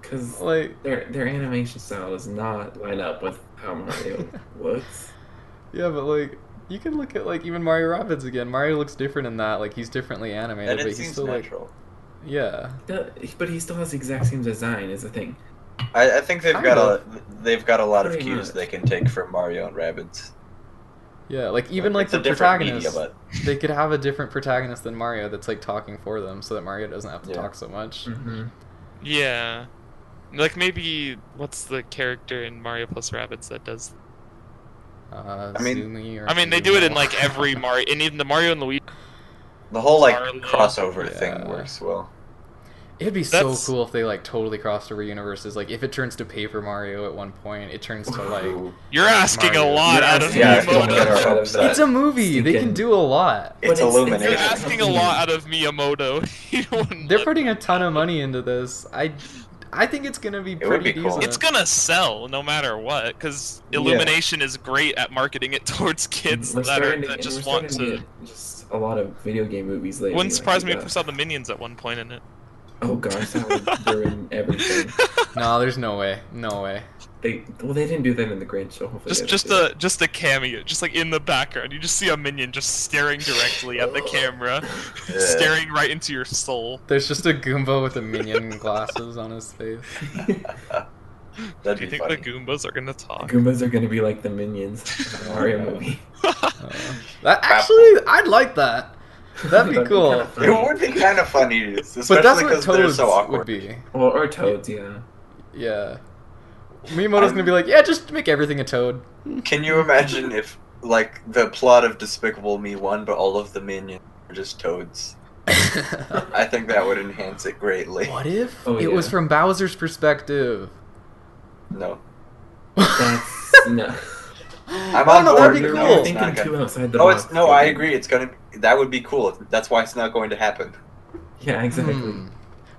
S3: because
S2: Like
S3: their their animation style does not line up with
S2: *laughs*
S3: how Mario looks.
S2: Yeah, but like you can look at like even Mario Rabbids again. Mario looks different in that. Like he's differently animated,
S1: and
S2: but
S1: it
S2: he's
S1: seems
S2: still
S1: natural.
S2: like yeah.
S3: The- But he still has the exact same design. Is the thing.
S1: I, I think they've
S2: Kind
S1: got a they've got a lot of
S3: Pretty
S1: cues
S3: much.
S1: they can take from Mario and Rabbids.
S2: Yeah, like even like
S1: It's
S2: the
S1: a different
S2: protagonist,
S1: media,
S2: they could have a different protagonist than Mario that's like talking for them, so that Mario doesn't have to
S1: Yeah.
S2: talk so much.
S3: Mm-hmm.
S4: Yeah. Like maybe what's the character in Mario plus Rabbits that does?
S2: Uh,
S1: I mean-
S2: Zoomy or
S4: I mean, they do it in
S2: Zumo.
S4: like *laughs* every Mario, and even the Mario and Luigi.
S1: but the whole like
S4: Mario,
S1: crossover
S2: yeah.
S1: thing works well.
S2: *laughs* It'd be
S4: That's-
S2: so cool if they like totally crossed over universes. Like if it turns to Paper Mario at one point, it turns to like
S1: Ooh.
S4: You're asking
S2: Mario.
S4: a lot
S3: You're
S4: out of
S3: asking-
S1: yeah,
S3: you're asking a lot
S4: Miyamoto.
S1: Miyamoto.
S3: out of that.
S2: it's a movie. They can
S3: Stinking-
S2: do a lot.
S1: It's
S3: it's-
S1: illuminating.
S4: *laughs* You're
S3: Yeah.
S4: asking a lot out of Miyamoto. *laughs* You wouldn't
S2: They're
S4: let-
S2: putting a ton of money into this. I, I think it's gonna be
S1: It would
S2: pretty
S1: be cool.
S2: decent.
S4: It's gonna sell no matter what, because
S1: Yeah.
S4: Illumination is great at marketing it *laughs* towards kids
S3: We're
S4: that, are,
S3: starting to-
S4: that
S3: and
S4: just
S3: we're
S4: want
S3: starting
S4: to.
S3: get just a lot of video game movies lately. like
S4: Wouldn't
S3: uh,
S4: surprise me if
S3: that.
S4: we saw the minions at one point in it.
S3: Oh
S4: *laughs*
S3: gosh, that would ruin everything.
S2: No, there's no way. No way.
S3: They well, they didn't do that in the Grinch, so hopefully.
S4: just
S3: they
S4: just
S3: don't
S4: a just a cameo, just like in the background, you just see a minion just staring
S3: *laughs*
S4: directly at the camera,
S1: Yeah.
S4: staring right into your soul.
S2: There's just a Goomba with a minion glasses on his
S1: *laughs*
S2: face.
S3: do that.
S1: That'd
S4: Do you
S1: be
S4: think
S1: funny.
S4: the Goombas are
S3: *laughs*
S4: gonna talk? *laughs*
S3: Goombas are gonna be like the minions in the Mario movie.
S2: Uh, that actually, I'd like that. That'd be
S3: *laughs* That'd be
S2: cool.
S3: kinda
S1: it would be kind of funny, especially
S2: *laughs* But that's what
S1: because they're
S2: Toads
S1: so awkward.
S2: would be.
S3: Well, or Toads,
S4: *laughs*
S3: yeah.
S2: Yeah. Miyamoto's gonna be like, yeah, just make everything a
S3: *laughs*
S2: toad.
S1: Can you imagine if like the plot of Despicable Me One, but all of the minions are just toads? I think that would enhance it greatly.
S2: what if
S3: Oh,
S2: it was
S3: yeah.
S2: from Bowser's perspective?
S1: No,
S2: *laughs*
S3: That's no.
S1: I'm
S2: Oh,
S1: on
S2: no,
S1: board.
S2: that'd
S1: No, it's
S2: be cool.
S3: You're
S1: not
S3: thinking
S1: gonna-
S3: too outside the
S4: Oh,
S1: No,
S3: box.
S1: it's no. I agree. It's gonna. That would be cool. That's why it's not going to happen.
S3: Yeah, exactly.
S2: Hmm.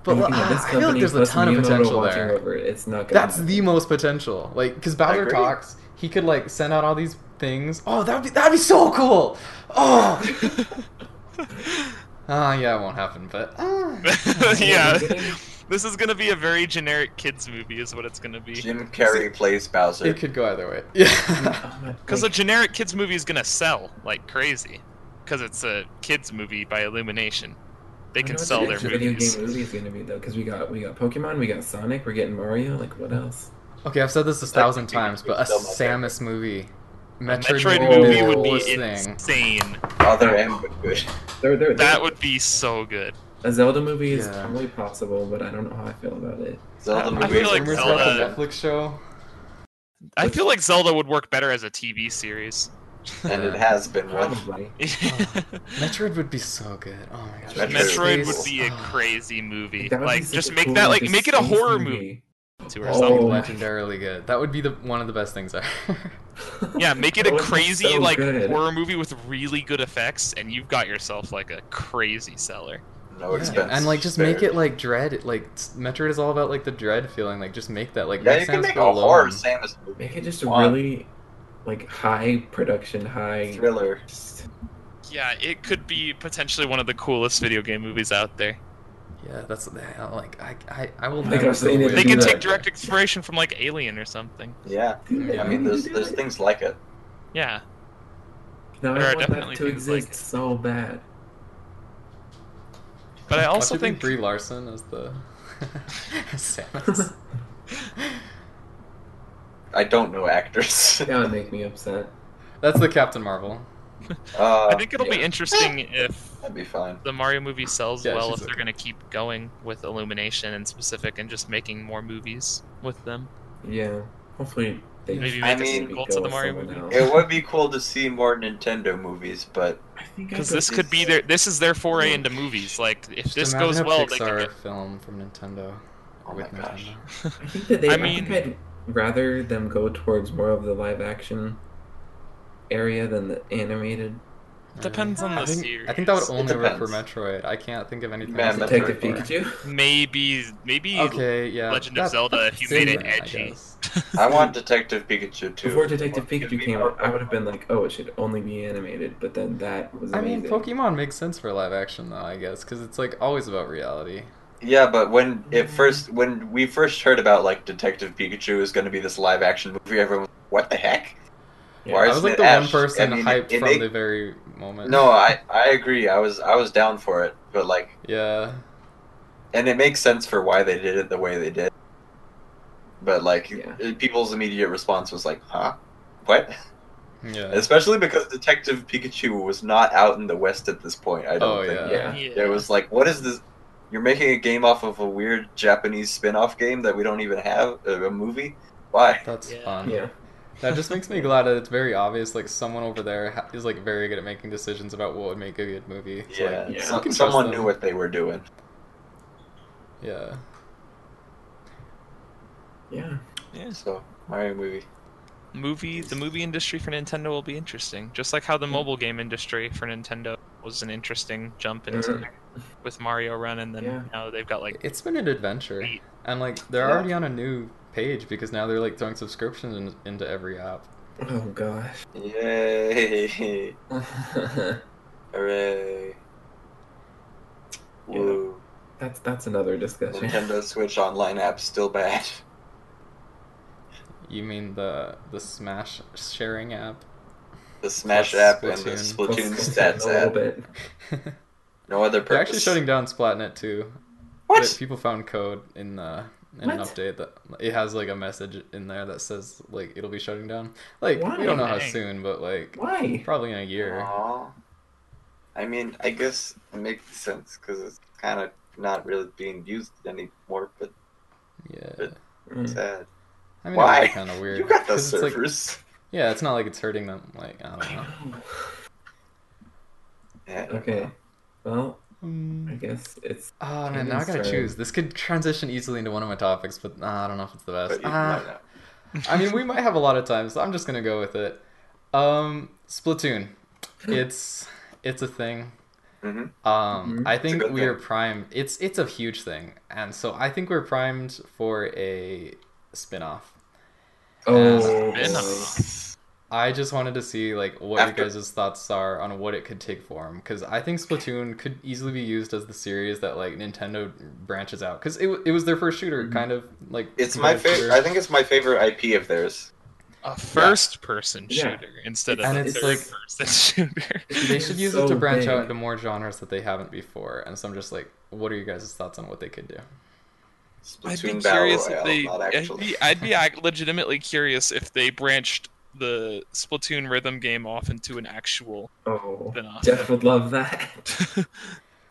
S2: But
S3: You're
S2: like,
S3: looking at
S2: I
S3: this
S2: feel like
S3: company
S2: there's a
S3: plus
S2: ton of
S3: Miyamoto
S2: potential
S3: watching
S2: there.
S3: over it. It's not gonna
S2: That's
S3: happen.
S2: the most potential. Like, because Bowser
S1: agree.
S2: talks, he could like send out all these things. Oh, that'd be that'd be so cool.
S3: *laughs*
S2: Oh, ah, yeah, it won't happen, but ah.
S4: yeah,
S3: Yeah.
S4: this is gonna be a very generic kids movie, is what it's gonna be.
S1: Jim Carrey plays Bowser.
S2: it could go either way. *laughs* Yeah,
S3: Oh
S4: *laughs*
S3: my-
S4: Because a
S3: like,
S4: generic kids movie is gonna sell like crazy, because it's a kids movie by Illumination. They
S3: I wonder
S4: can
S3: what the
S4: sell their
S3: next video
S4: movies.
S3: game movie is gonna be though, because we got we got Pokemon, we got Sonic, we're getting Mario. Like what else?
S2: okay, I've said this a thousand
S1: could be-
S2: times, but a
S1: it's still my favorite.
S2: Samus movie,
S4: A
S2: Metroid,
S4: Metroid
S2: would be
S4: movie
S2: the
S4: would
S2: coolest
S4: be
S2: thing.
S4: insane.
S1: Other M, but good.
S3: There, there,
S4: That would be so good.
S3: a Zelda movie is
S2: Yeah.
S3: probably possible, but I don't know how I feel about it.
S1: Zelda
S2: I
S1: movie.
S2: feel
S4: is
S2: like
S1: works
S2: rumors
S4: rumors about
S1: well.
S2: about the Netflix show.
S4: I feel like Zelda would work better as a TV series. *laughs*
S1: and it has been one.
S3: Probably.
S2: Metroid would be so good. Oh my gosh.
S1: Metroid
S4: Metroid
S1: Space.
S4: would be a
S2: Oh,
S4: crazy movie.
S3: That would be
S4: Like,
S3: such
S4: just
S3: a
S4: make
S3: cool,
S4: that like
S3: a
S4: make it a
S3: space
S4: horror movie
S2: that
S4: to or
S2: would be
S3: Oh.
S4: something.
S2: legendarily good. That would be the one of the best things ever.
S3: *laughs*
S4: Yeah, make it
S3: That
S4: a
S3: would be
S4: crazy
S3: so
S4: like
S3: good.
S4: horror movie with really good effects, and you've got yourself like a crazy seller.
S1: No
S2: Yeah,
S1: expense.
S2: And like just make
S1: spared.
S2: it like dread. It, Like s- Metroid is all about like the dread feeling. Like just make that like
S1: Yeah,
S2: make
S1: you can
S2: Samus
S1: make a
S2: go
S1: horror
S2: alone.
S1: Samus movie.
S3: Make it just a
S1: Fun.
S3: really like high production, high.
S1: thriller.
S3: Just,
S4: Yeah, it could be potentially one of the coolest video game movies out there.
S2: Yeah, that's I'm like I I, I will
S3: I
S2: never
S3: guess they
S2: go
S3: need to
S2: away
S4: They
S3: do
S4: can
S2: from
S3: that.
S4: take direct inspiration from like Alien or something.
S1: Yeah,
S3: Dude,
S1: I mean,
S3: wanna
S1: there's
S3: do
S1: there's
S3: it.
S1: things like it.
S4: Yeah.
S3: No,
S4: There are
S3: I want
S4: definitely
S3: that to
S4: things like
S3: exist
S4: it.
S3: so bad.
S4: But I
S2: Watch
S4: also
S2: it be
S4: think
S2: Brie Larson as the *laughs* as Samus.
S1: I don't know actors. *laughs*
S3: That would make me upset.
S2: That's the Captain Marvel.
S1: Uh,
S4: I think it'll be
S1: yeah,
S4: interesting if
S1: That'd be fine.
S4: the Mario movie sells
S2: Yeah,
S4: well
S2: she's
S4: if they're
S2: okay.
S4: going to keep going with Illumination and specific and just making more movies with them.
S3: Yeah. Hopefully they
S4: Maybe
S1: I
S4: make
S1: mean-
S4: a sequel to the Mario movie.
S1: It would be cool to see more Nintendo movies, but
S4: Because this could be their this is their foray into movies. Like if
S2: Just
S4: this
S2: imagine
S4: goes
S2: a
S4: well, they
S2: Pixar
S4: could
S2: film from Nintendo.
S1: oh my
S2: with
S1: gosh,
S2: Nintendo.
S3: I think that they.
S4: I
S3: I,
S4: mean-
S3: think I'd rather them go towards more of the live action area than the animated.
S4: get, depends on
S1: I
S4: the
S1: think-
S4: series.
S2: I think that would
S1: It
S2: only work for
S1: depends.
S2: Metroid. I can't think of anything.
S1: Yeah,
S2: else that would
S3: Detective
S2: work for it.
S3: Pikachu.
S4: maybe maybe
S2: Okay, yeah.
S4: Legend of Zelda if you made it
S2: different, I
S4: edgy.
S2: guess.
S1: I want Detective Pikachu too.
S3: Before Detective
S1: Give
S3: Pikachu
S1: me
S3: came
S1: more
S3: out, I would have been like, "Oh, it should only be animated," but then that was
S2: I mean,
S3: amazing.
S2: Pokemon makes sense for live action though, I guess, because it's like always about reality.
S1: Yeah, but when
S2: Mm-hmm.
S1: it first when we first heard about like Detective Pikachu is going to be this live action movie, everyone, was, what the heck?
S3: Yeah,
S1: Why
S2: I
S1: isn't
S2: was like
S1: it
S2: the
S1: Ash?"
S2: one person
S1: I mean,
S2: hyped
S1: it
S2: from
S1: make-
S2: the very moment.
S1: No, I I agree. I was I was down for it, but like,
S2: Yeah.
S1: and it makes sense for why they did it the way they did. But like,
S3: Yeah.
S1: it- people's immediate response was like, "Huh, what?"
S2: Yeah.
S1: Especially because Detective Pikachu was not out in the West at this point. I don't
S2: Oh,
S1: think.
S2: yeah.
S3: Yeah.
S1: It was like, what is this? You're making a game off of a weird Japanese spin-off game that we don't even have uh, a movie. Why?
S2: That's
S4: Yeah.
S2: fun.
S3: Yeah.
S2: That just makes me glad that it's very obvious. Like someone over there ha- is like very good at making decisions about what would make a good movie. So,
S1: Yeah,
S2: like,
S3: yeah.
S1: some-
S2: you can
S1: uh, someone
S2: trust them.
S1: knew what they were doing.
S2: Yeah.
S3: Yeah.
S4: Yeah.
S1: So Mario movie.
S4: movie the movie industry for Nintendo will be interesting. Just like
S2: Hmm.
S4: how the mobile game industry for Nintendo was an interesting jump into
S3: Mhm.
S4: with Mario Run and then
S3: Yeah.
S4: now they've got like
S2: It's been an adventure,
S4: Eight.
S2: and like they're
S1: Yeah.
S2: already on a new page because now they're like throwing subscriptions in- into every app.
S3: Oh gosh. *laughs*
S1: Yay! *laughs* Hooray!
S3: Yeah.
S1: Woo!
S3: that's that's another discussion.
S1: Nintendo Switch online app still bad.
S2: You mean the the Smash sharing app? *laughs*
S1: The Smash
S2: Plus
S1: app and the
S3: *laughs*
S2: Splatoon.
S1: Splatoon
S3: Let's
S1: stats
S3: a little
S1: app.
S3: bit.
S2: they're
S1: No other purpose.
S2: actually shutting down Splatnet too. But
S1: what?
S2: people found code in the in an
S3: What?
S2: update that it has like a message in there that says like it'll be shutting down. Like
S3: Why?
S2: we don't know how
S4: Dang.
S2: soon, but like
S3: Why?
S2: probably in a year.
S1: Aw. I mean, I guess it makes sense because it's kind of not really being used anymore, but
S2: Yeah.
S3: Mm.
S1: sad.
S2: I mean,
S1: Why?
S2: it's kind of Hmm. weird.
S1: You got the
S2: 'cause it's, like-
S1: servers. *laughs*
S2: yeah, it's not like it's hurting them. Like I
S3: *laughs*
S2: don't know.
S1: Yeah.
S3: Okay. Well, I
S2: Mm.
S3: guess it's
S2: Oh man,
S3: Even
S2: now I gotta
S3: so-
S2: choose. This could transition easily into one of my topics, but nah, I don't know if it's the
S1: But
S2: best.
S1: you
S2: Ah.
S1: might not.
S2: I mean, we might have a lot of time, so I'm just gonna go with it. Um, Splatoon,
S1: Hmm.
S2: it's it's a thing.
S1: Mhm.
S2: Um,
S3: Mhm.
S2: I
S1: a
S2: think
S1: good
S2: we
S1: thing.
S2: are primed. It's it's a huge thing, and so I think we're primed for a spin-off.
S3: oh
S4: been a-
S3: boy.
S2: I just wanted to see like what
S1: After-
S2: you guys' thoughts are on what it could take form because I think Splatoon could easily be used as the series that like Nintendo branches out because it, w- it was their first shooter
S3: Mhm.
S2: kind of like
S1: It's my
S2: competitive
S1: favorite.
S2: shooter.
S1: I think it's my favorite IP of theirs.
S4: a first person
S3: Yeah.
S4: shooter instead of
S2: And
S4: a
S2: it's
S4: third
S2: like-
S4: person *laughs* shooter.
S2: they should
S3: It's
S2: use it
S3: so
S2: to branch
S3: big.
S2: out into more genres that they haven't before. And so I'm just like, what are you guys' thoughts on what they could do?
S4: I'd be
S1: Splatoon Battle
S4: curious if
S1: Royale,
S4: they
S1: not
S4: I'd
S1: actually.
S4: be, I'd be ac- legitimately curious if they branched the Splatoon rhythm game off into an actual
S3: Oh, *laughs*
S4: spin off.
S3: Jeff would love that. *laughs*
S4: But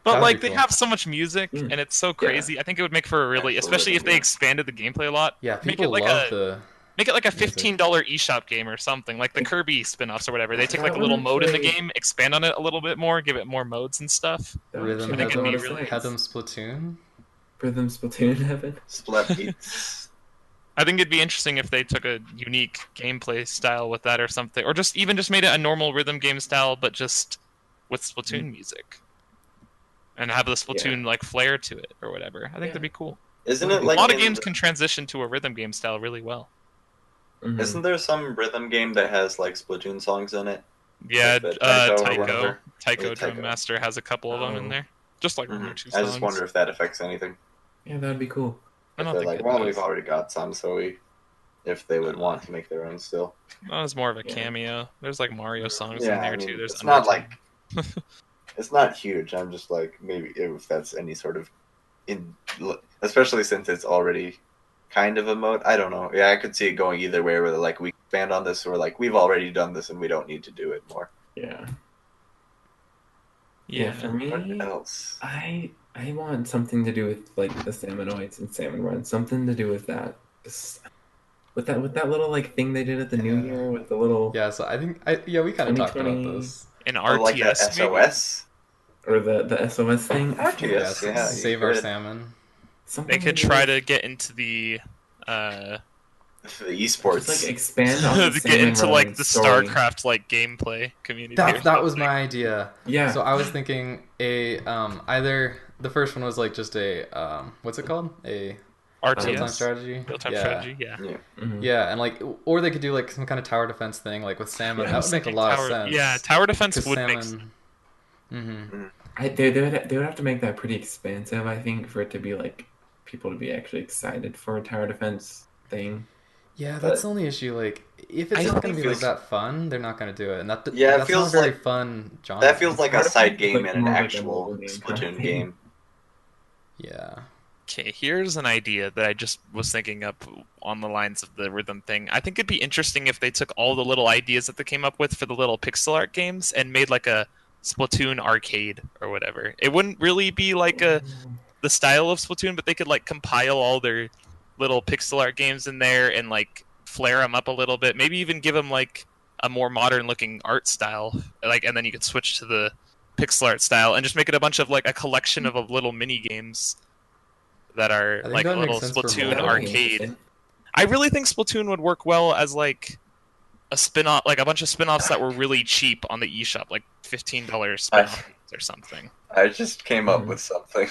S2: That'd
S4: like
S2: be
S4: they
S2: cool.
S4: have so much music
S3: Mm.
S4: and it's so crazy. I think it would make for a really, especially if
S1: Absolutely.
S4: they expanded the gameplay a lot.
S2: Yeah,
S4: Make
S2: people
S4: it like
S2: love
S4: a-
S2: the.
S4: Make it like a
S2: Music.
S4: fifteen dollar eShop game or something, like the Kirby spin-offs or whatever. They take like a
S3: That
S4: little
S3: would
S4: mode in the
S3: actually-
S4: game, expand on it a little bit more, give it more modes and stuff.
S3: That would
S2: Rhythm
S3: actually
S4: think
S3: make a
S4: it'd
S2: Heaven,
S3: lot
S4: be
S3: of
S4: really-
S3: sense.
S2: Heaven Splatoon.
S3: Rhythm Splatoon *laughs* Heaven.
S4: *laughs*
S1: Splat beats.
S4: I think it'd be interesting if they took a unique gameplay style with that or something, or just even just made it a normal rhythm game style, but just with Splatoon
S1: Mm.
S4: music, and have the Splatoon like flair to it or whatever. I think
S3: Yeah.
S4: that'd be cool.
S1: Isn't it
S3: A
S1: like
S4: a lot of
S1: in
S4: games
S1: the-
S4: can transition to a rhythm game style really well.
S3: Mhm.
S1: Isn't there some rhythm game that has like Splatoon songs in it?
S4: Yeah,
S1: Like the
S4: uh,
S1: Taiko or
S4: Taiko,
S1: whatever.
S4: Taiko
S1: Or
S4: Drum
S1: Taiko.
S4: Master has a couple of them in
S3: Oh.
S4: there. Just like one or
S1: Mhm.
S4: two
S1: I
S4: songs.
S1: just wonder if that affects anything.
S3: Yeah, that'd be cool.
S4: I
S1: If
S4: don't
S1: they're
S4: think
S1: like,
S4: it
S1: well,
S4: does.
S1: we've already got some, so we, if they would want to make their own still.
S4: That was more of a
S3: Yeah.
S4: cameo. There's like Mario songs in
S1: Yeah,
S4: there
S1: I mean,
S4: too. There's
S1: it's not
S4: Undertale.
S1: like
S4: *laughs*
S1: it's not huge. I'm just like maybe if that's any sort of in, especially since it's already kind of a mode. I don't know. Yeah, I could see it going either way, where they're like we expand on this, or like we've already done this and we don't need to do it more.
S3: Yeah.
S4: yeah.
S3: For me,
S1: What else?
S3: I I want something to do with like the salmonoids and salmon run. Something to do with that. This- With that with that little like thing they did at the New
S1: Yeah.
S3: Year with the little
S2: Yeah, so I think I yeah we kind of talked about
S3: 2020.
S2: this.
S4: an
S1: Or
S4: RTS
S1: like that
S4: maybe?
S1: SOS.
S3: or the the SOS thing. I feel like
S1: Yes,
S2: yeah,
S1: yeah, you
S2: save our
S1: could.
S2: salmon.
S3: Something
S4: They could
S3: do
S4: try
S3: with-
S4: to get into the uh
S1: The esports.
S3: just like expand on
S4: *laughs*
S3: the
S4: to get
S3: salmon
S4: into
S3: run
S4: like the
S3: story.
S4: StarCraft like gameplay community. or
S2: That that was
S4: something.
S2: my idea.
S3: Yeah.
S2: So I was thinking a um either the first one was like just a um what's it called a real time
S4: RTS
S2: strategy.
S4: real time
S2: yeah.
S4: strategy. Yeah.
S3: Mhm.
S2: Yeah, and like or they could do like some kind of tower defense thing like with salmon.
S3: Yeah.
S2: that would make a lot
S4: tower,
S2: of sense.
S4: Yeah, tower defense
S2: because
S4: would make sense.
S2: salmon. Mm-hmm.
S3: I, they, they, would, they would have to make that pretty expansive, I think, for it to be like people to be actually excited for a tower defense thing.
S2: Yeah,
S3: But-
S2: that's the only issue. Like, if it's
S4: I
S2: not going to
S4: don't
S1: think
S2: be like
S1: it's-
S2: that fun, they're not going to do it. And that
S1: Yeah, it
S2: that's
S1: feels
S2: not a very
S1: like-
S2: fun genre.
S1: that feels like a
S3: What if
S1: side
S3: it's,
S1: game
S3: like,
S1: and an
S3: more like a
S1: actual
S3: mobile game kind of
S1: Splatoon
S3: *laughs* thing?
S1: game.
S2: yeah.
S4: Okay, here's an idea that I just was thinking up on the lines of the rhythm thing. I think it'd be interesting if they took all the little ideas that they came up with for the little pixel art games and made like a Splatoon arcade or whatever. It wouldn't really be like a the style of Splatoon, but they could like compile all their little pixel art games in there and like flare them up a little bit. Maybe even give them like a more modern looking art style, like, and then you could switch to the pixel art style and just make it a bunch of like a collection of uh, little mini games that are
S2: think
S4: like
S2: that
S4: a
S2: makes
S4: little
S2: sense for
S3: That would
S4: Splatoon
S3: be
S2: mobile.
S4: arcade.
S3: interesting.
S4: I really think Splatoon would work well as like a spin off, like a bunch of spin offs that were really cheap on the eShop, like fifteen dollars spin offs or something.
S1: I just came
S3: Mm-hmm.
S1: up with something.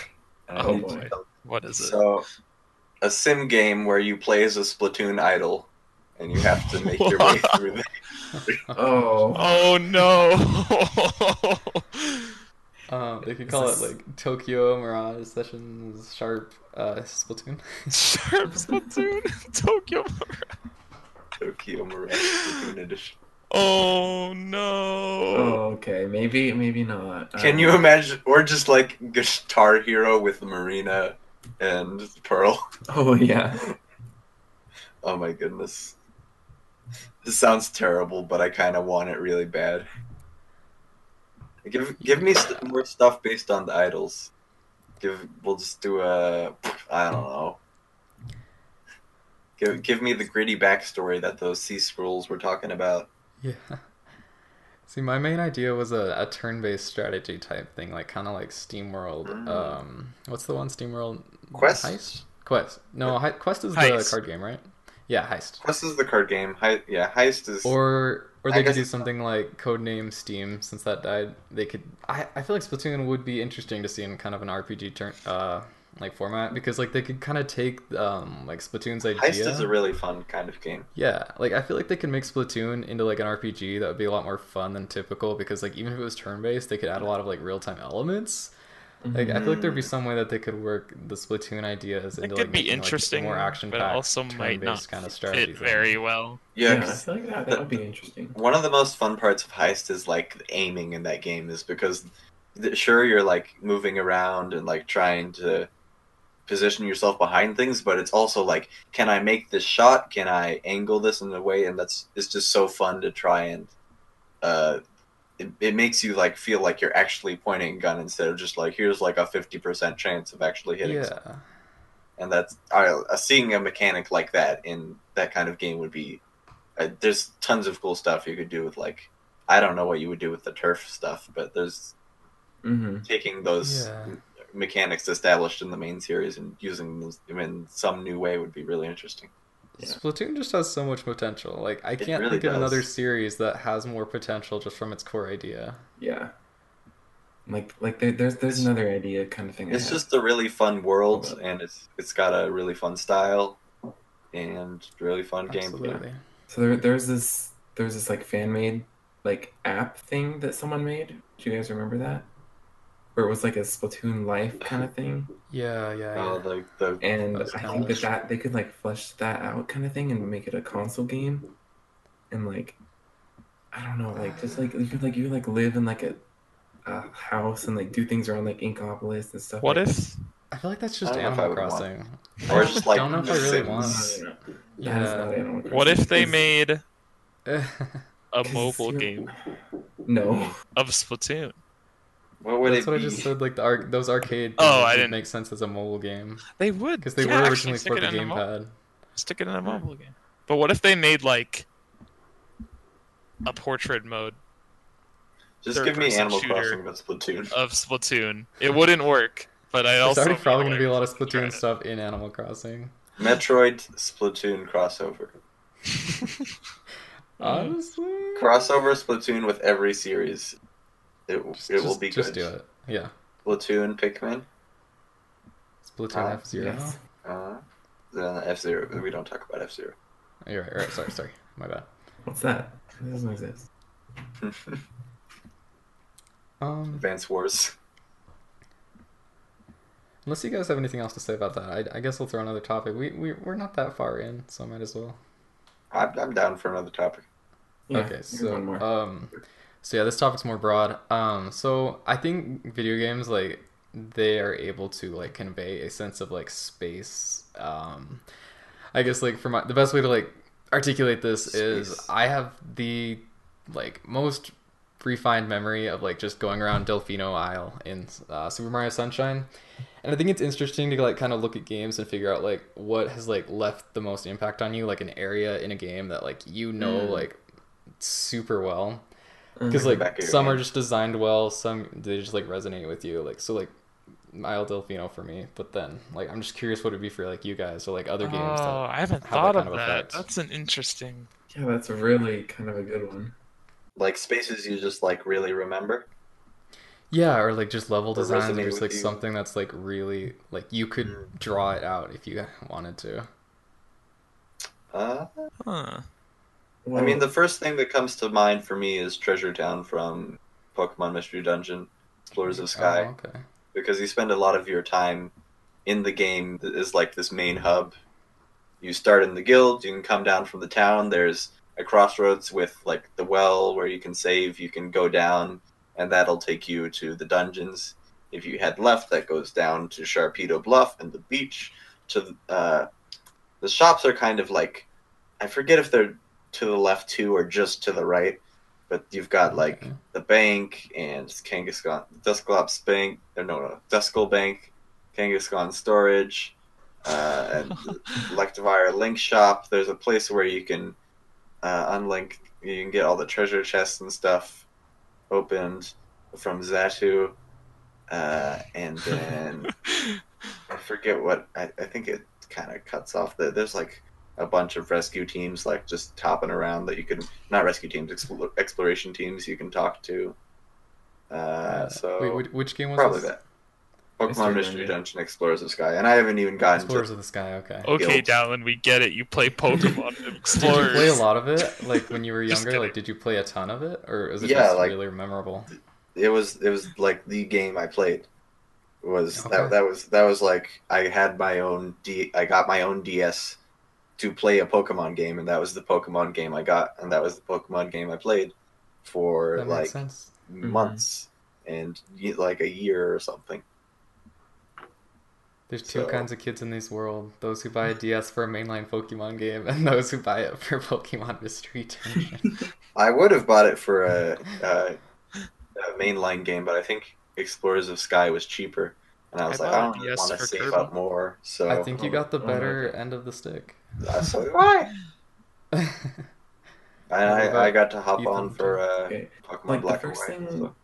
S1: and I
S4: Oh,
S1: need to
S3: boy.
S1: tell
S4: What is it?
S1: So, a sim game where you play as a Splatoon idol, and you have to make
S4: *laughs*
S1: your way through. The-
S3: Oh,
S4: Oh no!
S2: Um, they could
S3: This
S2: call
S3: is-
S2: it like Tokyo Mirage Sessions Sharp uh, Splatoon. *laughs*
S4: Sharp Splatoon Tokyo. Mirage.
S1: Tokyo Mirage Splatoon Edition.
S4: Oh no!
S3: Oh, okay. Maybe, maybe not.
S4: Oh,
S3: Um, I
S1: Can
S3: don't
S1: you
S3: know.
S1: imagine, or just like Guitar Hero with Marina and Pearl?
S3: *laughs* Oh, yeah.
S1: Oh my goodness. This sounds terrible, but I kind of want it really bad. Give give me st- more stuff based on the idols. Give we'll just do a I don't know. Give give me the gritty backstory that those sea scrolls were talking about.
S2: yeah. *laughs* See, my main idea was a, a turn-based strategy type thing, like kind of like SteamWorld.
S1: Mm.
S2: Um, what's the one SteamWorld?
S1: Quest?
S2: Heist? Quest. No, he- Quest is the
S4: Heist.
S2: card game, right? Yeah, Heist.
S1: Quest is the card game. He- yeah, heist is.
S2: Or
S1: I
S2: or they could
S1: guess
S2: do
S1: it's not-
S2: something like Codename Steam since that died. They could I, I feel like Splatoon would be interesting to see in kind of an RPG turn uh like format because like they could kind of take um like Splatoon's idea.
S1: heist is a really fun kind of game.
S2: yeah, like I feel like they could make Splatoon into like an RPG that would be a lot more fun than typical because like even if it was turn-based, they could add a lot of like real-time elements. Like
S3: Mm-hmm.
S2: I feel like there'd be
S1: Mm.
S2: some way that they could work the Splatoon ideas into
S4: It
S2: like
S4: could be
S2: making, like, a
S4: interesting,
S2: more action
S4: but also might not
S2: kind of strategy.
S4: fit
S2: thing.
S4: very well.
S1: Yeah,
S3: Yeah,
S1: 'cause-
S3: I feel like that, that would be interesting.
S1: one of the most fun parts of heist is like the aiming in that game is because th- sure you're like moving around and like trying to position yourself behind things but it's also like can i make this shot can i angle this in a way and that's it's just so fun to try and uh it, it makes you like feel like you're actually pointing a gun instead of just like here's like a 50% chance of actually hitting something
S2: Yeah.
S1: and that's I, uh, seeing a mechanic like that in that kind of game would be uh, there's tons of cool stuff you could do with like i don't know what you would do with the turf stuff but there's
S3: Mm-hmm.
S1: taking those
S2: Yeah.
S1: mechanics established in the main series and using them in some new way would be really interesting
S3: Yeah.
S2: Splatoon just has so much potential. Like I can't
S1: really
S2: think of another
S1: does.
S2: series that has more potential just from its core idea.
S3: Yeah. Like, like there, there's there's another idea kind of thing. I
S1: it's
S3: have.
S1: just a really fun world
S3: Okay.
S1: and it's it's got a really fun style and really fun gameplay
S2: Absolutely.
S3: so there, there's this there's this like fan made like app thing that someone made. Do you guys remember that? where it was like a Splatoon life kind of thing.
S2: Yeah, yeah,
S1: Oh, the, the
S3: And
S2: That's
S3: I think
S2: kinda-
S3: that, that they could like flesh that out kind of thing and make it a console game. And like, I don't know, like just like you could like you could, like live in like a, a house and like do things around like Inkopolis and stuff.
S4: What
S3: like
S4: if?
S2: I feel like that's just
S1: I don't know if I
S2: Animal
S1: would want-
S2: Crossing.
S1: or just like
S2: don't know if
S1: The
S2: I really
S1: Sims.
S3: No,
S2: want-
S3: no, no. That is not
S2: Yeah.
S3: Animal
S4: What if
S3: Crossing.
S4: they
S3: It's-
S4: made
S2: *laughs* that's
S4: a
S3: 'cause
S4: mobile
S3: you're-
S4: game
S3: No. *laughs*
S4: of Splatoon?
S1: What would it
S2: what I
S1: be?
S2: just said. Like the arc, those arcade.
S4: Oh,
S2: things
S4: I
S2: would
S4: didn't-
S2: make sense as a mobile game
S4: They would
S2: because they
S4: Yeah,
S2: were
S4: actually,
S2: originally
S4: stick
S2: for
S4: it
S2: the
S4: in a mo-
S2: gamepad.
S4: stick it in a mobile game. But what if they made like a portrait mode
S1: Just give me
S4: third-person
S1: Animal
S4: shooter.
S1: Crossing, but Splatoon.
S4: of Splatoon? It wouldn't work, but I
S2: There's
S4: also
S2: already probably gonna be a lot of
S4: try
S2: Splatoon
S4: it.
S2: stuff in Animal Crossing.
S1: Metroid Splatoon crossover.
S4: *laughs* Hmm.
S2: Honestly,
S1: Crossover Splatoon with every series. It,
S2: Just-
S1: it will
S2: just-
S1: be
S2: Just
S1: good.
S2: do it. Yeah,
S1: Splatoon Pikmin.
S2: Splatoon
S1: Uh,
S2: F Zero.
S3: yes.
S1: Uh, then F Zero. We don't talk about F *laughs* Zero.
S2: Oh, You're right. Right. Sorry. Sorry. My bad.
S3: What's that? It doesn't exist.
S2: Um,
S1: Advance Wars.
S2: unless you guys have anything else to say about that, I, I guess we'll throw another topic. We, we we're not that far in, so I might as well.
S1: I'm, I'm down for another topic.
S3: Yeah,
S2: okay,
S3: here's
S2: so
S3: one more.
S2: um, so yeah, this topic's more broad. Um, so I think video games like they are able to like convey a sense of like space. Um, I guess like for my the best way to like articulate this is
S1: Space.
S2: I have the like most refined memory of like just going around Delfino Isle in uh, Super Mario Sunshine. And I think it's interesting to like kind of look at games and figure out like what has like left the most impact on you, like an area in a game that like you know
S3: Mm.
S2: like super well.
S3: Uh,
S2: Because
S1: Mm-hmm. back
S2: like
S1: of your
S2: some are
S1: hand.
S2: just designed well, some they just like resonate with you. Like so like Isle Delfino for me, but then like I'm just curious what it would be for like you guys or like other games.
S4: Oh,
S2: That...
S4: I haven't
S2: that
S4: thought
S2: kind
S4: of
S2: of
S4: that.
S2: effect.
S4: That's an
S2: *laughs*
S4: interesting.
S3: yeah, that's really kind of a good one.
S1: Like spaces you just like really remember.
S2: Yeah, or like just level
S1: Or
S2: designs, or
S1: resonate
S2: just
S1: with
S2: like
S1: you.
S2: something that's like really like you could
S1: Mm.
S2: draw it out if you wanted to.
S1: Uh,
S4: Huh.
S1: I
S3: Well,
S1: mean, the first thing that comes to mind for me is Treasure Town from Pokemon Mystery Dungeon, Explorers of Sky,
S2: Oh, okay.
S1: because you spend a lot of your time in the game that is like this main hub. You start in the guild, you can come down from the town, there's a crossroads with like the well where you can save, you can go down, and that'll take you to the dungeons. If you head left, that goes down to Sharpedo Bluff and the beach. To the, uh, the shops are kind of like, I forget if they're to the left too or just to the right, but you've got like
S2: Okay.
S1: the bank and Kangaskhan Dusclops Bank or no no Duskull Bank, Kangaskhan Storage, uh, and the Electivire Link Shop. There's a place where you can uh, unlink. You can get all the treasure chests and stuff opened from Zatu, uh, and then I forget what I, I think it kind of cuts off. The, there's like a bunch of rescue teams like just hopping around that you can not rescue teams expl- exploration teams you can talk to. Uh,
S2: Uh,
S1: so
S2: wait, which, which game was
S1: probably
S2: this?
S1: that.
S3: Mystery
S1: Pokemon Mystery
S3: Dungeon.
S1: Dungeon Explorers of Sky, and I haven't even gotten
S2: Explorers
S1: to.
S2: of the Sky. Okay.
S4: Okay,
S1: Guild.
S4: Dallin, we get it. You play Pokemon
S2: *laughs*
S4: and
S2: Did you
S4: Explorers.
S2: play a lot of
S4: *laughs*
S2: it, like when you were
S4: Just
S2: younger? Like,
S4: kidding.
S2: did you play a ton of it, or is it
S1: Yeah,
S2: just
S1: like-
S2: really memorable?
S1: It was it was like the game I played. Was
S2: Okay.
S1: that that was that was like I had my own D I got my own DS to play a Pokemon game, and that was the Pokemon game I got, and that was the Pokemon game I played for
S2: That
S1: like
S2: makes sense. Mm-hmm.
S1: months and ye- like a year or something.
S2: There's two
S1: so-
S2: kinds of kids in this world: those who buy a DS for a mainline Pokemon game, and those who buy it for *laughs* Pokemon Mystery Dungeon.
S1: I would have bought it for a, a, a mainline game, but I think Explorers of Sky was cheaper, and I was
S4: I
S1: like,
S4: bought
S1: I
S4: a
S1: don't really
S4: DS
S1: want to
S4: for
S1: save
S4: Kirby.
S1: up more. So
S2: I think you got the
S3: Oh,
S2: better
S3: okay.
S2: end of the stick.
S1: uh,
S2: *laughs*
S1: so did I. And
S2: What about
S1: I, I got to hop
S2: Ethan?
S1: on for uh,
S3: okay.
S1: Pokemon
S3: Like, the
S1: Black and
S3: first
S1: White.
S3: thing-
S1: so-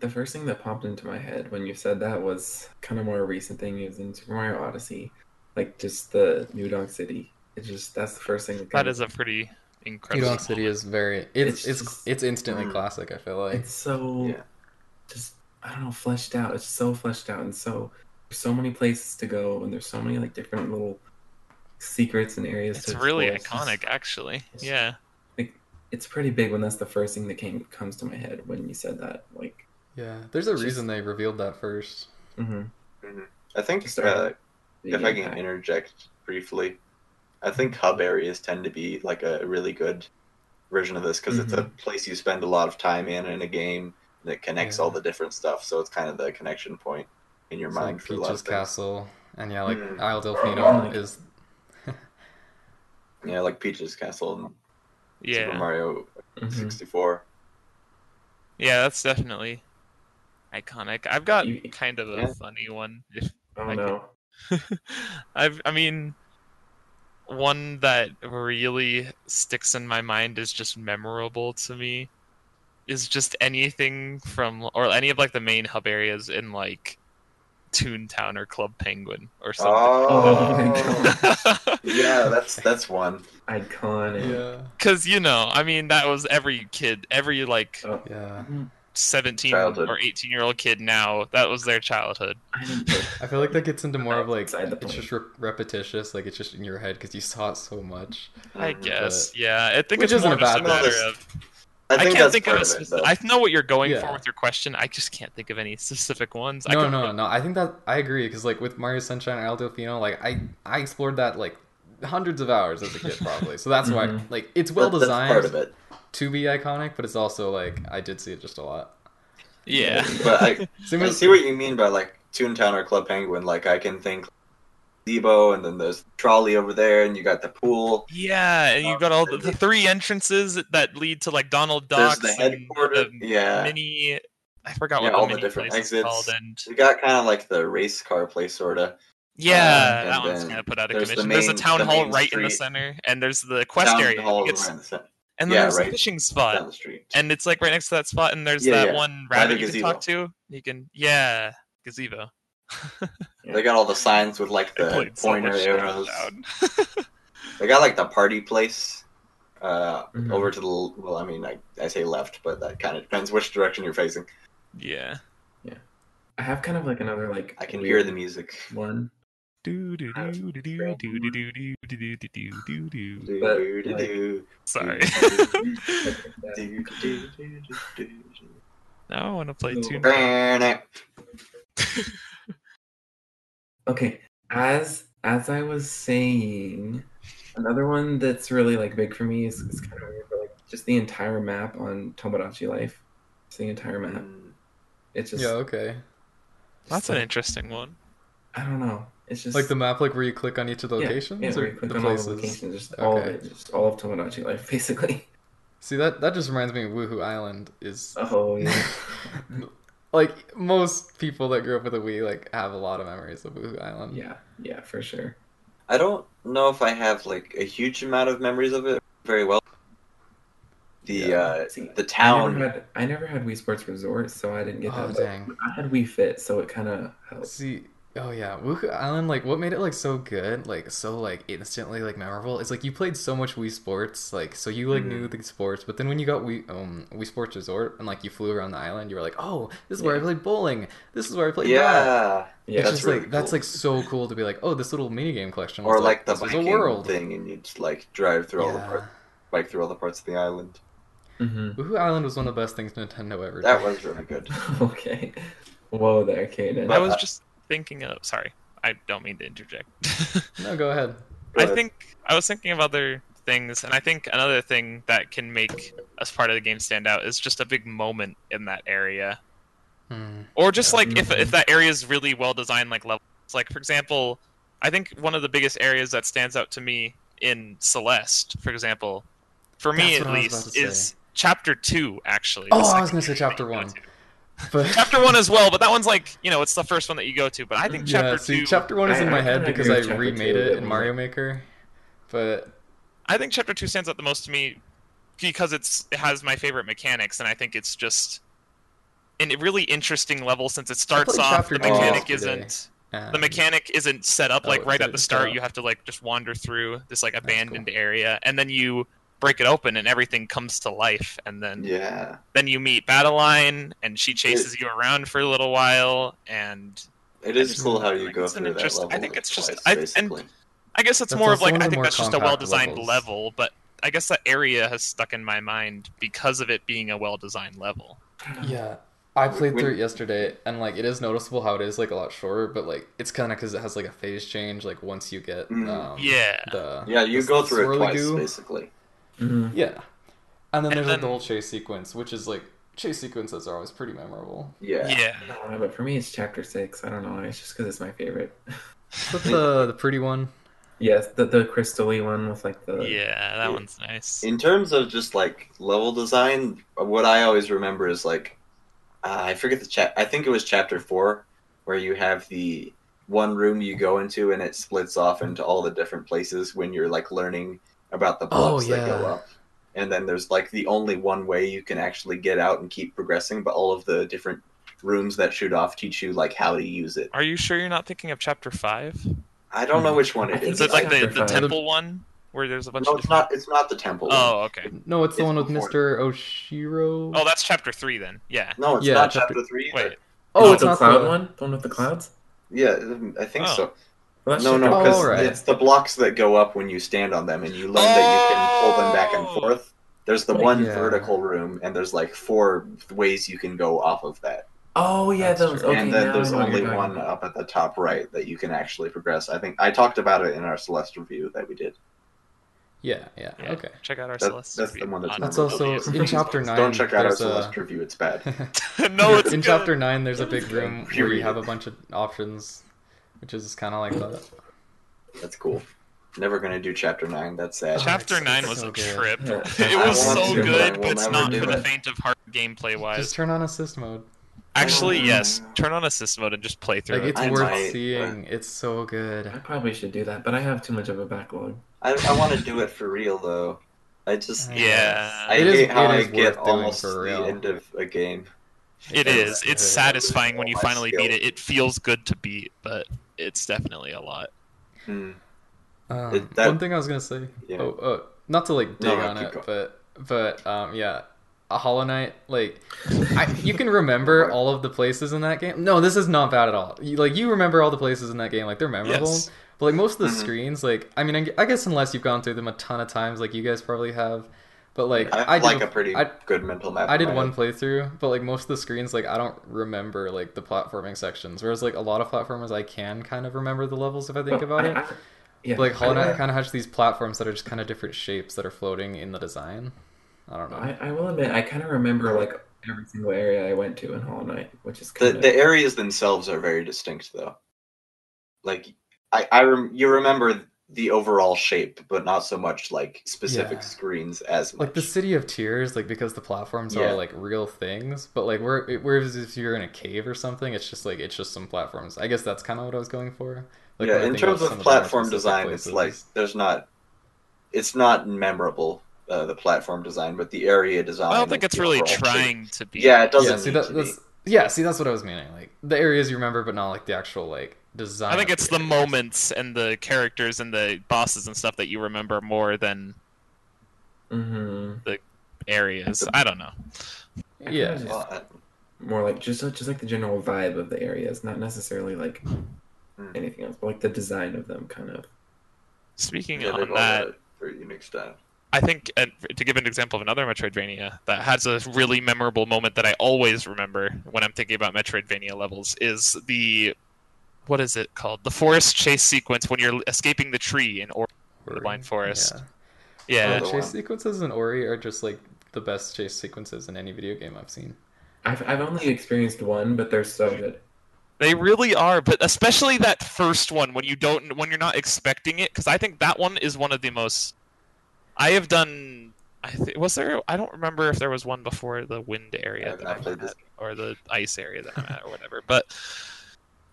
S3: The first thing that popped into my head when you said that was kind of more a recent thing. It was in Super Mario Odyssey, like just the New Dog City. It's just that's the first thing. That,
S4: That
S3: came-
S4: is a pretty incredible.
S2: Udon City is very it's
S3: It's
S2: it's
S3: just-
S2: it's instantly
S1: Mm.
S2: classic. I feel like
S3: It's so
S1: Yeah.
S3: just I don't know, fleshed out. It's so fleshed out, and so there's so many places to go, and there's so many like different little secrets and areas.
S4: It's
S3: to
S4: really
S3: explore. It's just-
S4: iconic, actually.
S3: it's-
S4: Yeah.
S3: It's pretty big when that's the first thing that came comes to my head when you said that. Like
S2: Yeah, there's a
S3: Just-
S2: reason they revealed that first.
S3: Mm-hmm.
S1: I think uh, if I can interject briefly, I think hub areas tend to be like a really good version of this because it's a place you spend a lot of time in in a game that connects all
S2: Yeah.
S1: the different stuff. So it's kind of the connection point in your
S2: It's
S1: mind
S2: like
S1: for a lot of
S2: Peach's
S1: things.
S2: Castle, and yeah, like
S1: Mm.
S2: Isle
S3: Oh.
S2: Delfino is
S1: Yeah, like Peach's Castle and Super
S4: Yeah,
S1: Mario
S3: Mm-hmm.
S1: 64.
S4: yeah, that's definitely iconic. I've got
S3: You-
S4: kind of a
S1: Yeah.
S4: funny one. If
S3: Oh
S4: I
S3: no.
S4: I've, I mean, one that really sticks in my mind is just memorable to me. Is just anything from or any of like the main hub areas in like Toontown or Club Penguin or something.
S3: Oh my
S1: Oh, *laughs*
S4: *laughs*
S1: yeah, that's that's one.
S3: Iconic.
S2: yeah,
S4: Cause you know, I mean, that was every kid, every like
S3: Oh,
S2: yeah.
S4: seventeen
S1: Childhood.
S4: or eighteen year old kid now. That was their childhood.
S3: I didn't put
S2: I feel like that gets into more of like
S3: Outside the
S2: it's just re- repetitious, like it's just in your head because you saw it so much.
S4: I
S1: Mhm.
S4: guess. Yeah, I think
S2: Which
S4: it's
S2: isn't
S4: more
S2: a
S4: just
S2: bad
S4: a
S2: thing.
S4: matter
S1: No,
S4: of
S1: I
S4: I,
S1: think
S4: can't
S1: that's
S4: think of
S1: part
S4: a
S1: of it.
S4: specific.
S1: though.
S4: I know what you're going
S2: Yeah.
S4: for with your question. I just can't think of any specific ones. I
S2: no,
S4: could-
S2: no, no. I think that I agree because like with Mario Sunshine and Al Delfino, like I I explored that like hundreds of hours as a kid probably. So that's why
S3: Mhm.
S2: like it's well
S1: That-
S2: designed
S1: That's part of it.
S2: to be iconic, but it's also like I did see it just a lot.
S4: Yeah.
S1: *laughs* But I,
S2: Same
S1: I
S2: with-
S1: see what you mean by like Toontown or Club Penguin. Like I can think Debo, and then there's trolley over there, and you got the pool.
S4: Yeah, and you
S1: Um,
S4: got all the, the three entrances that lead to like Donald
S1: There's
S4: Duck's
S1: the
S4: and
S1: headquarters.
S4: the
S1: Yeah,
S4: mini. I forgot
S1: Yeah,
S4: what
S1: all the
S4: the, mini
S1: different
S4: place is
S1: exits. Uh,
S4: called. And
S1: we got kind of like the race car place, sorta.
S4: yeah,
S1: and
S4: that one's
S1: then
S4: gonna put out of
S1: there's the
S4: commission. there's the
S1: main-
S4: town
S1: the
S4: hall
S1: main
S4: right in the
S1: street.
S4: center, and there's the quest
S1: down
S4: area.
S1: the hall,
S4: Like, it's-
S1: around the cen-
S4: and then
S1: yeah,
S4: there's the
S1: right.
S4: fishing
S1: down
S4: spot,
S1: the street.
S4: and it's like right next to that spot. And there's
S1: Yeah,
S4: that
S1: yeah.
S4: one
S1: By the
S4: rabbit you can talk to. You can yeah, gazebo.
S1: They got all the signs with like
S4: I
S1: the
S4: played so
S1: pointer
S4: much
S1: arrows.
S4: Downtown.
S1: They got like the party place uh,
S3: Mhm.
S1: over to the l- well. I mean, I, I say left, but that kind of depends which direction you're facing.
S4: Yeah.
S3: I have kind of like another like
S1: I can
S3: weird
S1: hear the music.
S3: one.
S4: Do do
S3: Uh,
S4: do do do do do do do do do do do do.
S1: Do,
S3: But,
S1: do, do,
S3: like-
S1: do,
S4: Sorry.
S1: do, do, do, do, do, do.
S4: *laughs* now I want to play
S3: So-
S4: two.
S1: Burn it.
S3: okay, as as I was saying, another one that's really like big for me is, is kind of weird, but like just the entire map on Tomodachi Life. It's the entire
S1: Mm.
S3: map.
S4: Mm-hmm.
S3: It's just
S2: yeah, okay.
S3: just,
S4: That's an
S3: like,
S4: interesting one.
S3: I don't know. It's just
S2: Like the map, like where you click on each of the
S3: Yeah,
S2: locations
S3: yeah, where
S2: or
S3: you click
S2: the
S3: on
S2: places.
S3: all the locations, just all of
S2: Okay.
S3: it, just all of Tomodachi Life,
S2: *laughs*
S3: *laughs* basically.
S2: See that that just reminds me of Woohoo Island is
S3: Oh yeah.
S2: *laughs* like most people that grew up with a Wii like have a lot of memories of Woohoo Island.
S3: yeah, yeah, for sure.
S1: I don't know if I have like a huge amount of memories of it very well. The
S2: Yeah.
S1: uh,
S3: See,
S1: the
S3: I
S1: town.
S3: never had I never had Wii Sports Resort, so I didn't get
S2: Oh
S3: that. but
S2: dang.
S3: I had Wii Fit, so it kind of helps.
S2: See, oh yeah, Woohoo Island. Like, what made it like so good, like so like instantly like memorable? It's like you played so much Wii Sports, like so you like
S1: Mhm.
S2: knew the sports, but then when you got Wii um Wii Sports Resort and like you flew around the island, you were like, oh, this is where I
S3: Yeah.
S2: played bowling. This is where I played. that.
S1: Yeah,
S3: Yeah,
S2: it's
S1: that's
S2: just
S1: really
S2: like that's
S1: cool.
S2: like so cool to be like, oh, this little mini game collection.
S1: or
S2: was,
S1: like the
S2: this was a
S1: biking
S2: world
S1: thing, and you'd like drive through all the parts,
S2: Yeah.
S1: bike through all the parts of the island.
S3: Mhm.
S2: Woohoo Island was one of the best things Nintendo ever.
S1: That
S2: did.
S1: was really good.
S3: *laughs* okay. Whoa there, Kaden.
S4: I
S1: But
S4: was
S1: I-
S4: just thinking of. Sorry, I don't mean to interject. *laughs*
S2: No, go
S1: Go
S2: ahead.
S4: I
S1: ahead.
S4: think I was thinking of other things, and I think another thing that can make us part of the game stand out is just a big moment in that area.
S2: Hmm.
S4: or just
S2: Yeah.
S4: like if, if that area is really well designed like levels like for example i think one of the biggest areas that stands out to me in celeste for example for me
S2: That's
S4: at
S2: what I was about
S4: least
S2: to
S4: is
S2: say.
S4: chapter two actually
S2: Oh, I
S4: the
S2: was
S4: second
S2: gonna say
S4: area that
S2: chapter
S4: you go
S2: one.
S4: to.
S2: But
S4: chapter one as well but that one's like you know it's the first one that you go to but i think chapter
S2: yeah, see,
S4: two
S2: chapter one is
S3: I-
S2: in
S3: I
S2: my
S3: kinda
S2: head
S3: agree
S2: because I
S3: with chapter
S2: remade
S3: two,
S2: it
S3: but
S2: in
S3: we-
S2: Mario Maker, but
S4: i think chapter two stands out the most to me because it's it has my favorite mechanics and i think it's just an really interesting level since it starts
S2: played
S4: off the
S2: chapter two
S4: mechanic
S2: yesterday.
S4: isn't
S2: um,
S4: the mechanic isn't set up
S2: Oh,
S4: like right
S2: it's-
S4: at the
S2: it's
S4: start.
S2: out.
S4: You have to like just wander through this like abandoned area, and then you break it open, and everything comes to life. And then
S1: Yeah,
S4: then you meet Battleline, and she chases you around for a little while. And
S1: it
S4: I
S1: is
S4: just
S1: cool how
S4: think
S1: you
S4: it's
S1: go
S4: an
S1: through that
S4: interest- I
S1: level.
S4: think it's just-
S1: twice,
S4: I- and-
S1: basically.
S4: I guess it's
S2: That's
S4: more of
S2: also
S4: like
S2: one of
S4: I
S2: the
S4: think
S2: more
S4: that's just a
S2: compact
S4: well-designed
S2: levels.
S4: level, but I guess that area has stuck in my mind because of it being a well-designed level.
S2: yeah, I played
S1: When-
S2: through it yesterday, and like it is noticeable how it is like a lot shorter, but like it's kind of because it has like a phase change. Like once you get
S1: Mm.
S2: um,
S4: Yeah.
S2: the
S1: Yeah, you
S2: the
S1: go through it
S2: swirly
S1: twice,
S2: goo.
S1: basically.
S3: Mhm.
S2: Yeah, and then
S4: And
S2: there's like the
S4: then-
S2: whole chase sequence, which is like chase sequences are always pretty memorable.
S1: Yeah.
S4: Yeah.
S3: I don't know, but for me, it's chapter six. I don't know. why, It's just because it's my favorite. *laughs*
S2: That's the the pretty one.
S3: yes, the the crystally one with like the
S4: Yeah, that
S1: Uh, Yeah.
S4: one's nice.
S1: In terms of just like level design, what I always remember is like uh, I forget the chap. I think it was chapter four where you have the one room you go into and it splits off into all the different places when you're like learning about the
S2: Oh,
S1: blocks that go
S2: yeah.
S1: up. And then there's like the only one way you can actually get out and keep progressing, but all of the different rooms that shoot off teach you like how to use it.
S4: Are you sure you're not thinking of chapter five?
S1: I don't
S2: Hmm.
S1: know which one
S3: I
S1: it
S3: think
S1: is.
S4: Is it like the,
S3: Chapter
S4: the
S3: five.
S4: temple one where there's a bunch
S1: no,
S4: of
S1: it's not. It's not the temple. one.
S4: Oh, okay.
S2: No, it's the
S1: It's
S2: one with
S1: before it.
S2: Mister Oshiro.
S4: Oh, that's chapter three then. Yeah.
S1: No, it's
S2: Yeah,
S1: not
S2: chapter-
S1: chapter, three. either.
S4: Wait.
S2: Oh,
S3: Is it
S2: it's
S3: the
S2: not
S3: cloud
S2: the
S3: one. The one with the clouds.
S1: Yeah, I think
S4: Oh.
S1: so.
S3: Well, that's
S1: No, no,
S3: chapter-
S2: Oh,
S1: because
S2: alright.
S1: it's the blocks that go up when you stand on them, and you learn that you can pull them back and
S4: Oh!
S1: forth. There's the one
S2: Yeah.
S1: vertical room, and there's like four ways you can go off of that.
S3: Oh yeah,
S2: That's
S3: those.
S2: true.
S3: Okay,
S1: and then
S3: now
S1: there's
S3: I know what
S1: only
S3: you're talking
S1: one
S3: about.
S1: up at the top right that you can actually progress. I think I talked about it in our Celeste review that we did.
S2: Yeah, yeah,
S4: Yeah.
S2: okay.
S4: Check out our
S1: That-
S4: Celeste.
S1: that's
S4: review
S1: the one that's
S4: on
S2: That's
S1: Remember
S2: also
S4: Mobius.
S2: in chapter nine.
S1: Don't check out our
S2: there's
S1: Celeste
S2: a-
S1: review; it's bad.
S4: *laughs* no,
S2: *laughs*
S4: it's
S2: in
S4: good.
S2: chapter nine, there's a big room
S1: Period.
S2: where you have a bunch of options, which is kind of like that.
S1: That's cool. Never gonna do chapter nine. That's sad.
S4: Chapter
S2: it's
S4: nine
S2: so
S4: was a
S2: good.
S4: trip.
S3: Yeah.
S4: It
S1: I
S4: was
S1: want
S4: so
S1: to, but I
S4: good,
S1: will
S4: but it's
S1: never
S4: not
S1: do
S4: for the
S1: it.
S4: faint of heart gameplay
S2: Just
S4: wise.
S2: turn on assist mode.
S4: Actually,
S1: Oh.
S4: yes. Turn on assist mode and just play through
S2: Like
S4: it.
S2: it's
S1: I
S2: worth
S1: might,
S2: seeing. It's so good.
S3: I probably should do that, but I have too much of a backlog.
S1: I, I want to do it for real though. I just
S2: I-
S4: Yeah.
S1: I
S2: It is-
S1: hate how
S2: it
S1: I
S2: is
S1: get
S2: worth doing
S1: almost
S2: for
S1: to
S2: real.
S1: the end of a game.
S4: It is. It's
S2: Yeah.
S4: satisfying when you
S1: My
S4: finally
S1: skill.
S4: beat it. It feels good to beat, but it's definitely a lot.
S1: Hmm.
S2: Um,
S1: It- that-
S2: one thing I was gonna say.
S1: Yeah.
S2: Oh, oh, not to like
S1: No,
S2: dig
S1: no,
S2: on
S1: keep going.
S2: it, but but um, yeah, a Hollow Knight. Like, I, you can remember all of the places in that game. No, this is not bad at all. You, like you remember all the places in that game. Like they're memorable.
S4: Yes.
S2: But like most of the
S1: Mhm.
S2: screens, like I mean, I gu- I guess unless you've gone through them a ton of times, like you guys probably have. But like
S1: I have
S2: I, did
S1: like
S2: a-
S1: a pretty
S2: I-
S1: good mental map.
S2: I
S1: in
S2: did
S1: my
S2: one
S1: head.
S2: playthrough, but like most of the screens, like I don't remember like the platforming sections. Whereas like a lot of platformers, I can kind of remember the levels if I think
S3: But
S2: about
S3: I-
S1: *laughs*
S2: it.
S3: I- yeah,
S2: like Hollow
S3: I-
S2: Knight kind of has these platforms that are just kind of different shapes that are floating in the design. I don't know.
S3: I, I will admit, I kind of remember like every single area I went to in Hollow Knight, which is
S1: The
S3: kind of
S1: the areas themselves are very distinct though. Like I I rem- you remember the overall shape, but not so much like specific
S2: Yeah.
S1: screens as much.
S2: like the City of Tears, like because the platforms
S1: Yeah.
S2: are like real things, but like where it- whereas if you're in a cave or something, it's just like it's just some platforms. I guess that's kind of what I was going for. Like, when
S1: yeah,
S2: I
S1: in
S2: think about
S1: terms of
S2: some the more
S1: platform
S2: specific
S1: design, it's like
S2: places.
S1: there's not. It's not memorable uh, the platform design, but the area design.
S4: I don't think
S1: and
S4: it's
S1: the
S4: really
S1: overall shape-
S4: trying to be.
S1: Yeah, it doesn't.
S2: yeah, see
S1: need
S2: that,
S1: to be.
S2: that's yeah, see that's what I was meaning. Like the areas you remember, but not like the actual like design.
S4: I think
S2: of
S4: it's the
S2: areas.
S4: moments and the characters and the bosses and stuff that you remember more than
S3: hmm
S4: areas. I don't know.
S2: Yeah,
S3: just,
S1: Well, I-
S3: more like just just like the general vibe of the areas, not necessarily like
S1: Mm.
S3: anything else, but like the design of them, kind of.
S4: Speaking
S1: yeah, they've
S4: on
S1: all
S4: that,
S1: got a pretty unique style.
S4: I think uh, to give an example of another Metroidvania that has a really memorable moment that I always remember when I'm thinking about Metroidvania levels is the what is it called? The forest chase sequence when you're escaping the tree in or the Blind Forest.
S2: Yeah.
S4: yeah.
S2: The
S1: Another
S2: chase
S1: one.
S2: sequences in Ori are just like the best chase sequences in any video game I've seen.
S3: I've I've only experienced one, but they're so good.
S4: They really are, but especially that first one when you don't when you're not expecting it cuz I think that one is one of the most I have done I th- was there I don't remember if there was one before the wind
S1: I
S4: area
S1: have
S4: that
S1: not
S4: I'm
S1: played this
S4: at, or the ice area that I'm at or whatever, but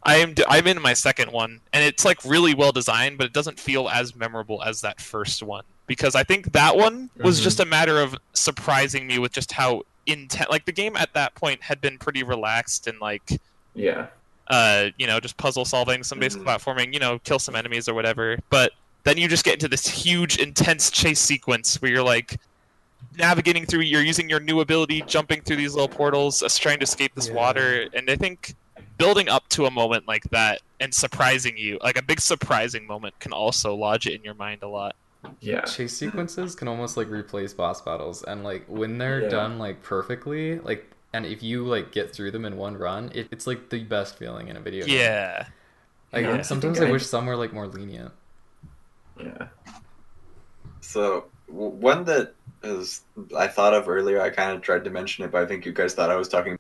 S4: I am d- I'm in my second one and it's like really well designed, but it doesn't feel as memorable as that first one because I think that one was
S3: Mhm.
S4: just a matter of surprising me with just how intent like the game at that point had been pretty relaxed and like
S3: Yeah,
S4: uh, you know, just puzzle solving, some basic
S1: Mhm.
S4: platforming, you know, kill some enemies or whatever. But then you just get into this huge, intense chase sequence where you're like navigating through, you're using your new ability, jumping through these little portals, uh, trying to escape this
S2: Yeah.
S4: water. And I think building up to a moment like that and surprising you, like a big surprising moment, can also lodge it in your mind a lot.
S3: yeah.
S2: Chase sequences can almost like replace boss battles, and like when they're
S3: Yeah.
S2: done like perfectly, like and if you like get through them in one run, it, it's like the best feeling in a video. game.
S4: Yeah.
S2: Like
S4: Yeah.
S2: sometimes I wish some were like more lenient.
S1: Yeah. So w- one that is I thought of earlier, I kind of tried to mention it, but I think you guys thought I was talking.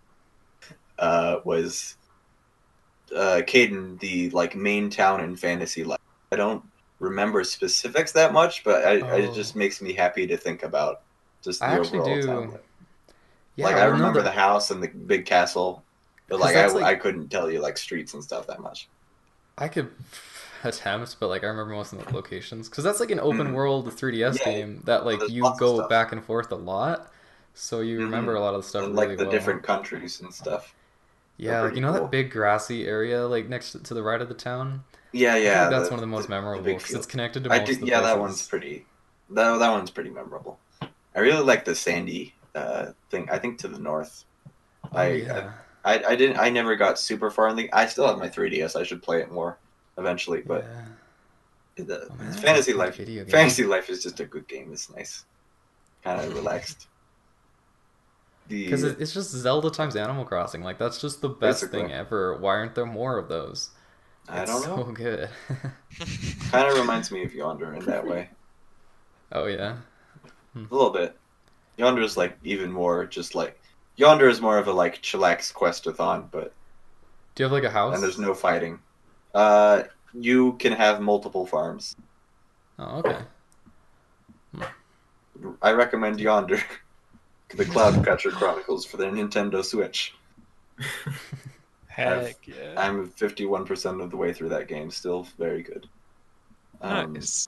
S1: Uh, was uh, Caden the like main town in Fantasy Life? I don't remember specifics that much, but I, I-
S2: Oh.
S1: it just makes me happy to think about just the
S2: I actually
S1: overall
S2: do.
S1: town. life.
S2: Yeah,
S1: like I
S2: well, no,
S1: remember
S2: the-
S1: the house and the big castle, but
S2: 'Cause
S1: like I,
S2: that's, like-
S1: I couldn't tell you like streets and stuff that much.
S2: I could *laughs* attempt, but like I remember most of the locations because that's like an open
S1: Mhm.
S2: world 3DS
S1: Yeah,
S2: game that like
S1: there's
S2: you
S1: lots of
S2: go
S1: stuff. Mm-hmm.
S2: back and forth a lot, so you remember a lot of the stuff
S1: And,
S2: really
S1: like the
S2: well.
S1: different countries and stuff.
S2: yeah, like
S1: pretty
S2: you know
S1: cool.
S2: that big grassy area like next to the right of the town.
S1: Yeah,
S2: I feel
S1: yeah.
S2: like that's
S1: the-
S2: one of the most memorable
S1: big
S2: 'cause
S1: field.
S2: it's connected to
S1: I
S2: most
S1: do,
S2: of the
S1: yeah, that
S2: places.
S1: one's pretty. That, that one's pretty memorable. I really like the sandy uh, thing. I think to the north.
S2: Oh,
S1: I,
S2: yeah.
S1: I I didn't. I never got super far in the. I still have my 3ds. I should play it more eventually. But
S2: yeah.
S1: the,
S2: Oh, man, that's a
S1: fantasy
S2: good
S1: life,
S2: *laughs* video game.
S1: fantasy life is just a good game. It's nice, kind
S2: *laughs*
S1: of relaxed. The
S2: Because it's just Zelda times Animal Crossing. Like that's just the best
S1: Basically.
S2: thing ever. Why aren't there more of those?
S1: I
S2: It's
S1: don't
S2: so *laughs*
S1: know.
S2: good.
S1: Kind of reminds me of Yonder in that way
S2: oh yeah.
S1: a little bit. Yonder is like even more just like Yonder is more of a like chillax questathon, but
S2: Do you have like a house?
S1: and there's no fighting. Uh, you can have multiple farms.
S2: Oh okay.
S1: I recommend Yonder, *laughs* the Cloudcatcher Chronicles for the Nintendo Switch.
S4: *laughs* Heck yeah.
S1: I'm 51% of the way through that game, still very good. Um,
S4: nice.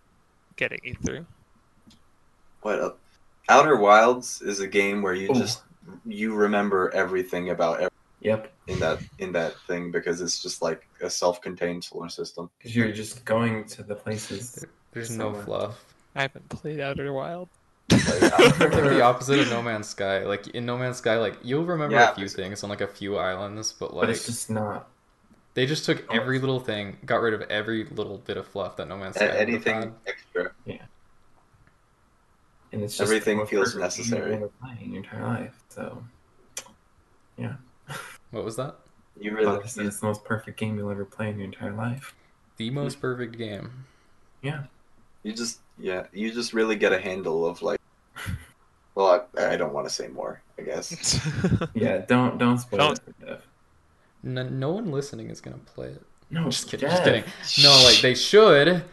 S4: Getting you through.
S1: What el- Outer Wilds is a game where you
S3: Ooh.
S1: just you remember everything about everything
S3: Yep,
S1: in that in that thing because it's just like a self-contained solar system.
S3: because you're just going to
S2: *laughs*
S3: the places.
S2: There's
S3: So
S2: no
S3: much.
S2: fluff.
S4: I haven't played Outer *laughs* Wild.
S2: It's like the opposite of No Man's Sky. Like in No Man's Sky, like you'll remember
S1: Yeah,
S2: a few things on like a few islands, but like
S3: But it's just not.
S2: they just took every little thing, got rid of every little bit of fluff that No Man's Sky.
S1: A-
S2: would've
S1: anything
S2: had.
S1: extra.
S3: And it's just
S1: Everything
S3: what
S1: feels
S3: you've
S1: necessary.
S3: been playing your entire life, so
S2: What was that?
S1: You
S3: but
S1: really
S3: it's it's the most perfect game you'll ever play in your entire life.
S2: The most
S1: Hmm.
S2: perfect game.
S1: you just yeah you just really get a handle of
S2: *laughs*
S1: like well i, I don't want to say more i guess
S3: Yeah, don't don't spoil
S4: Don't-
S3: it for Jeff.
S2: No, no one listening is gonna play it.
S3: No,
S2: Just kidding. Just
S3: Jeff.
S2: kidding. No,
S1: *laughs*
S2: like they should.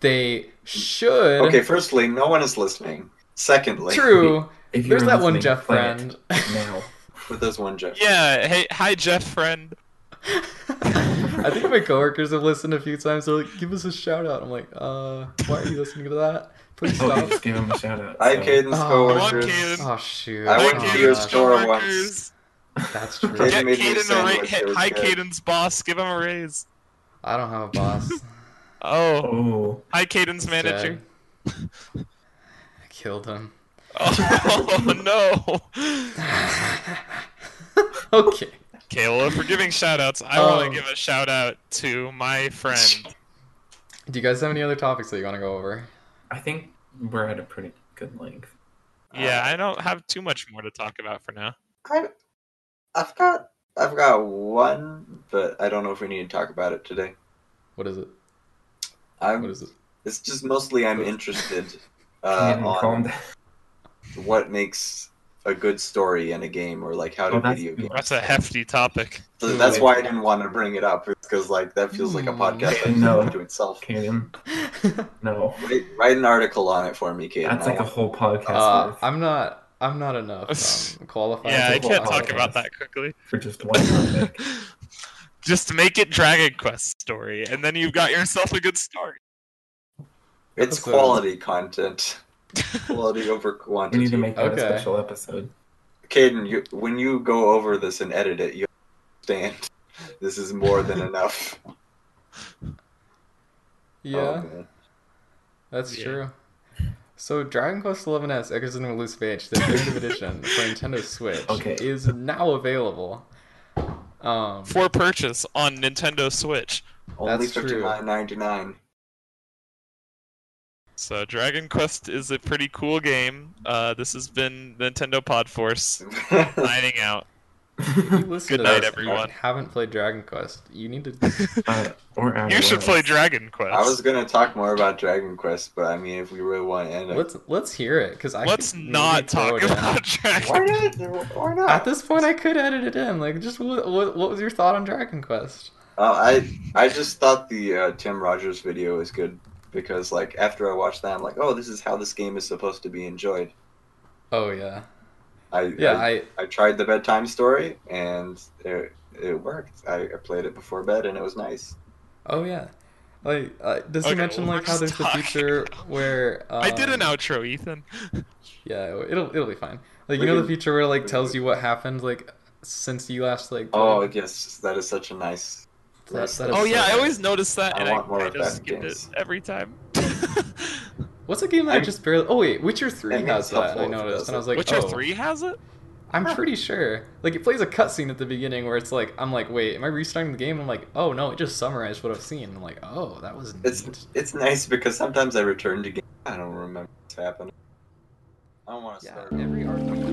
S2: They should.
S1: okay firstly no one is listening secondly *laughs*
S2: True.
S3: If
S2: There's
S3: you're
S2: that one
S3: listening,
S2: Jeff
S3: play it
S2: friend. *laughs*
S3: now.
S1: but there's one joke
S4: yeah. Hey, hi, Jeff friend.
S2: *laughs* I think my coworkers have listened a few times. They're like, "Give us a shout out." I'm like, "Uh, why are you listening to that? Please
S3: Oh,
S2: stop."
S3: we just give him a shout out.
S1: i
S3: so-
S1: caden's
S2: Oh.
S1: coworkers
S4: Come on, Caden.
S2: Oh shoot!
S1: I
S4: Hi,
S1: went
S2: Oh,
S1: to your
S2: gosh.
S1: store. once.
S4: coworkers.
S2: That's true.
S1: Caden
S4: Get
S1: made me a
S4: Caden a
S1: sandwich,
S4: raise.
S1: it was
S4: Hi,
S1: good.
S4: Caden's boss. Give him a raise.
S2: I don't have a boss.
S3: *laughs*
S4: Oh,
S3: Oh,
S4: hi, Caden's manager.
S2: Dead. I killed him. *laughs*
S4: Oh *laughs* no,
S2: okay.
S4: Okay, well, for giving shout outs, I
S2: Um,
S4: want to give a shout out to my friend.
S2: Do you guys have any other topics that you want to go over?
S3: I think we're at a pretty good length.
S4: Yeah, I don't have too much more to talk about for now.
S1: Uh, I, i've got i've got one but i don't know if we need to talk about it today
S2: What is it?
S1: i'm
S2: What is it?
S1: it's just mostly i'm
S2: *laughs*
S1: interested uh,
S3: Caden, calm
S1: on
S3: down.
S1: what makes a good story in a game or like how
S3: Oh,
S1: to
S3: that's
S1: video
S3: good.
S1: games
S4: That's a hefty topic.
S1: So that's why I didn't want to bring it up because like that feels like a podcast
S3: Hmm.
S1: episode
S3: *laughs*
S1: to itself.
S3: Caden,
S2: *laughs*
S3: no.
S1: Write, write an article on it for me, Kate.
S3: That's like a whole podcast
S2: Uh,
S3: worth
S2: I'm not. I'm not
S4: *laughs*
S2: enough um, qualified.
S4: Yeah,
S2: to
S4: I
S2: go
S4: can't
S2: on
S4: talk
S2: it.
S4: about that quickly.
S3: for just one topic.
S4: Just make it Dragon Quest story, and then you've got yourself a good story.
S1: it's
S2: episode.
S1: quality content,
S3: *laughs*
S1: quality over
S2: *laughs*
S3: We need
S1: quantity.
S3: to make that
S2: Okay.
S3: a special
S2: *laughs*
S3: episode.
S1: Caden, you, when you go over this and edit it, you understand this is more than
S3: *laughs*
S1: enough.
S2: *laughs* Yeah,
S1: Oh, man.
S2: that's
S4: Yeah.
S2: true. So, Dragon Quest XI S Echoes in the Loose Age, the
S4: *laughs*
S2: definitive edition for Nintendo Switch,
S3: Okay.
S2: is now available. Um,
S4: For purchase on Nintendo Switch.
S1: only
S2: That's true.
S1: fifty nine ninety
S3: *laughs*
S1: nine.
S4: So Dragon Quest is
S1: *laughs*
S4: a pretty cool game. Uh, this has been Nintendo Podforce signing out.
S2: If you listen
S4: Good
S2: to
S4: night,
S2: this
S4: everyone.
S2: And haven't played Dragon Quest? You need
S3: *laughs*
S2: to.
S3: Uh, or Outer
S4: You should
S3: Worlds.
S4: play Dragon Quest.
S1: I was gonna talk more about Dragon Quest, but I mean, if we really want to end it,
S2: let's let's hear it because I.
S4: Let's
S2: could maybe
S4: not
S2: throw
S4: talk
S2: it in.
S4: about *laughs* Dragon.
S1: why not? Why
S2: At
S1: not?
S2: this point, I could edit it in. Like, just what, what, what was your thought on Dragon Quest?
S1: Uh, I I just thought the uh, Tim Rogers video was good because like after I watched that, I'm like, oh, this is how this game is supposed to be enjoyed.
S2: Oh yeah,
S1: I
S3: Uh,
S2: yeah.
S1: I,
S2: I
S1: I tried the bedtime story and it it worked. I, I played it before bed and it was nice.
S2: oh yeah. Like, uh, does he
S4: Okay,
S2: mention
S4: well,
S2: like how there's
S4: let's
S2: the
S4: talk.
S2: future where? Um,
S4: *laughs* I did an outro,
S1: *laughs*
S4: Ethan.
S2: Yeah, it'll it'll be fine. Like you
S1: We
S2: know the
S1: can-
S2: future where like
S1: we
S2: tells
S1: can-
S2: you what happened like since you last like.
S1: Oh
S2: played?
S1: yes, that is such a nice.
S2: That- that is
S4: Oh yeah,
S2: so-
S4: I always notice that,
S1: I
S4: and
S1: want more
S4: I, I
S1: of
S4: just
S1: that
S4: skip it
S1: games.
S4: every time.
S2: What's a game that I
S1: I'm-
S2: just barely? Oh wait, Witcher Three
S1: means
S2: has that.
S1: helpful
S2: I
S1: if it
S2: noticed,
S1: does
S2: and I
S1: it.
S2: was like,
S4: *laughs* Witcher
S2: oh,
S4: Three has it.
S2: I'm pretty sure. Like it plays a cutscene at the beginning where it's like, I'm like, wait, am I restarting the game? I'm like, oh no, it just summarized what I've seen. I'm like, oh, that was neat.
S1: *laughs* It's it's nice because sometimes I return to game. I don't remember what's happening. I don't want to
S2: yeah,
S1: start. over.
S2: every argument.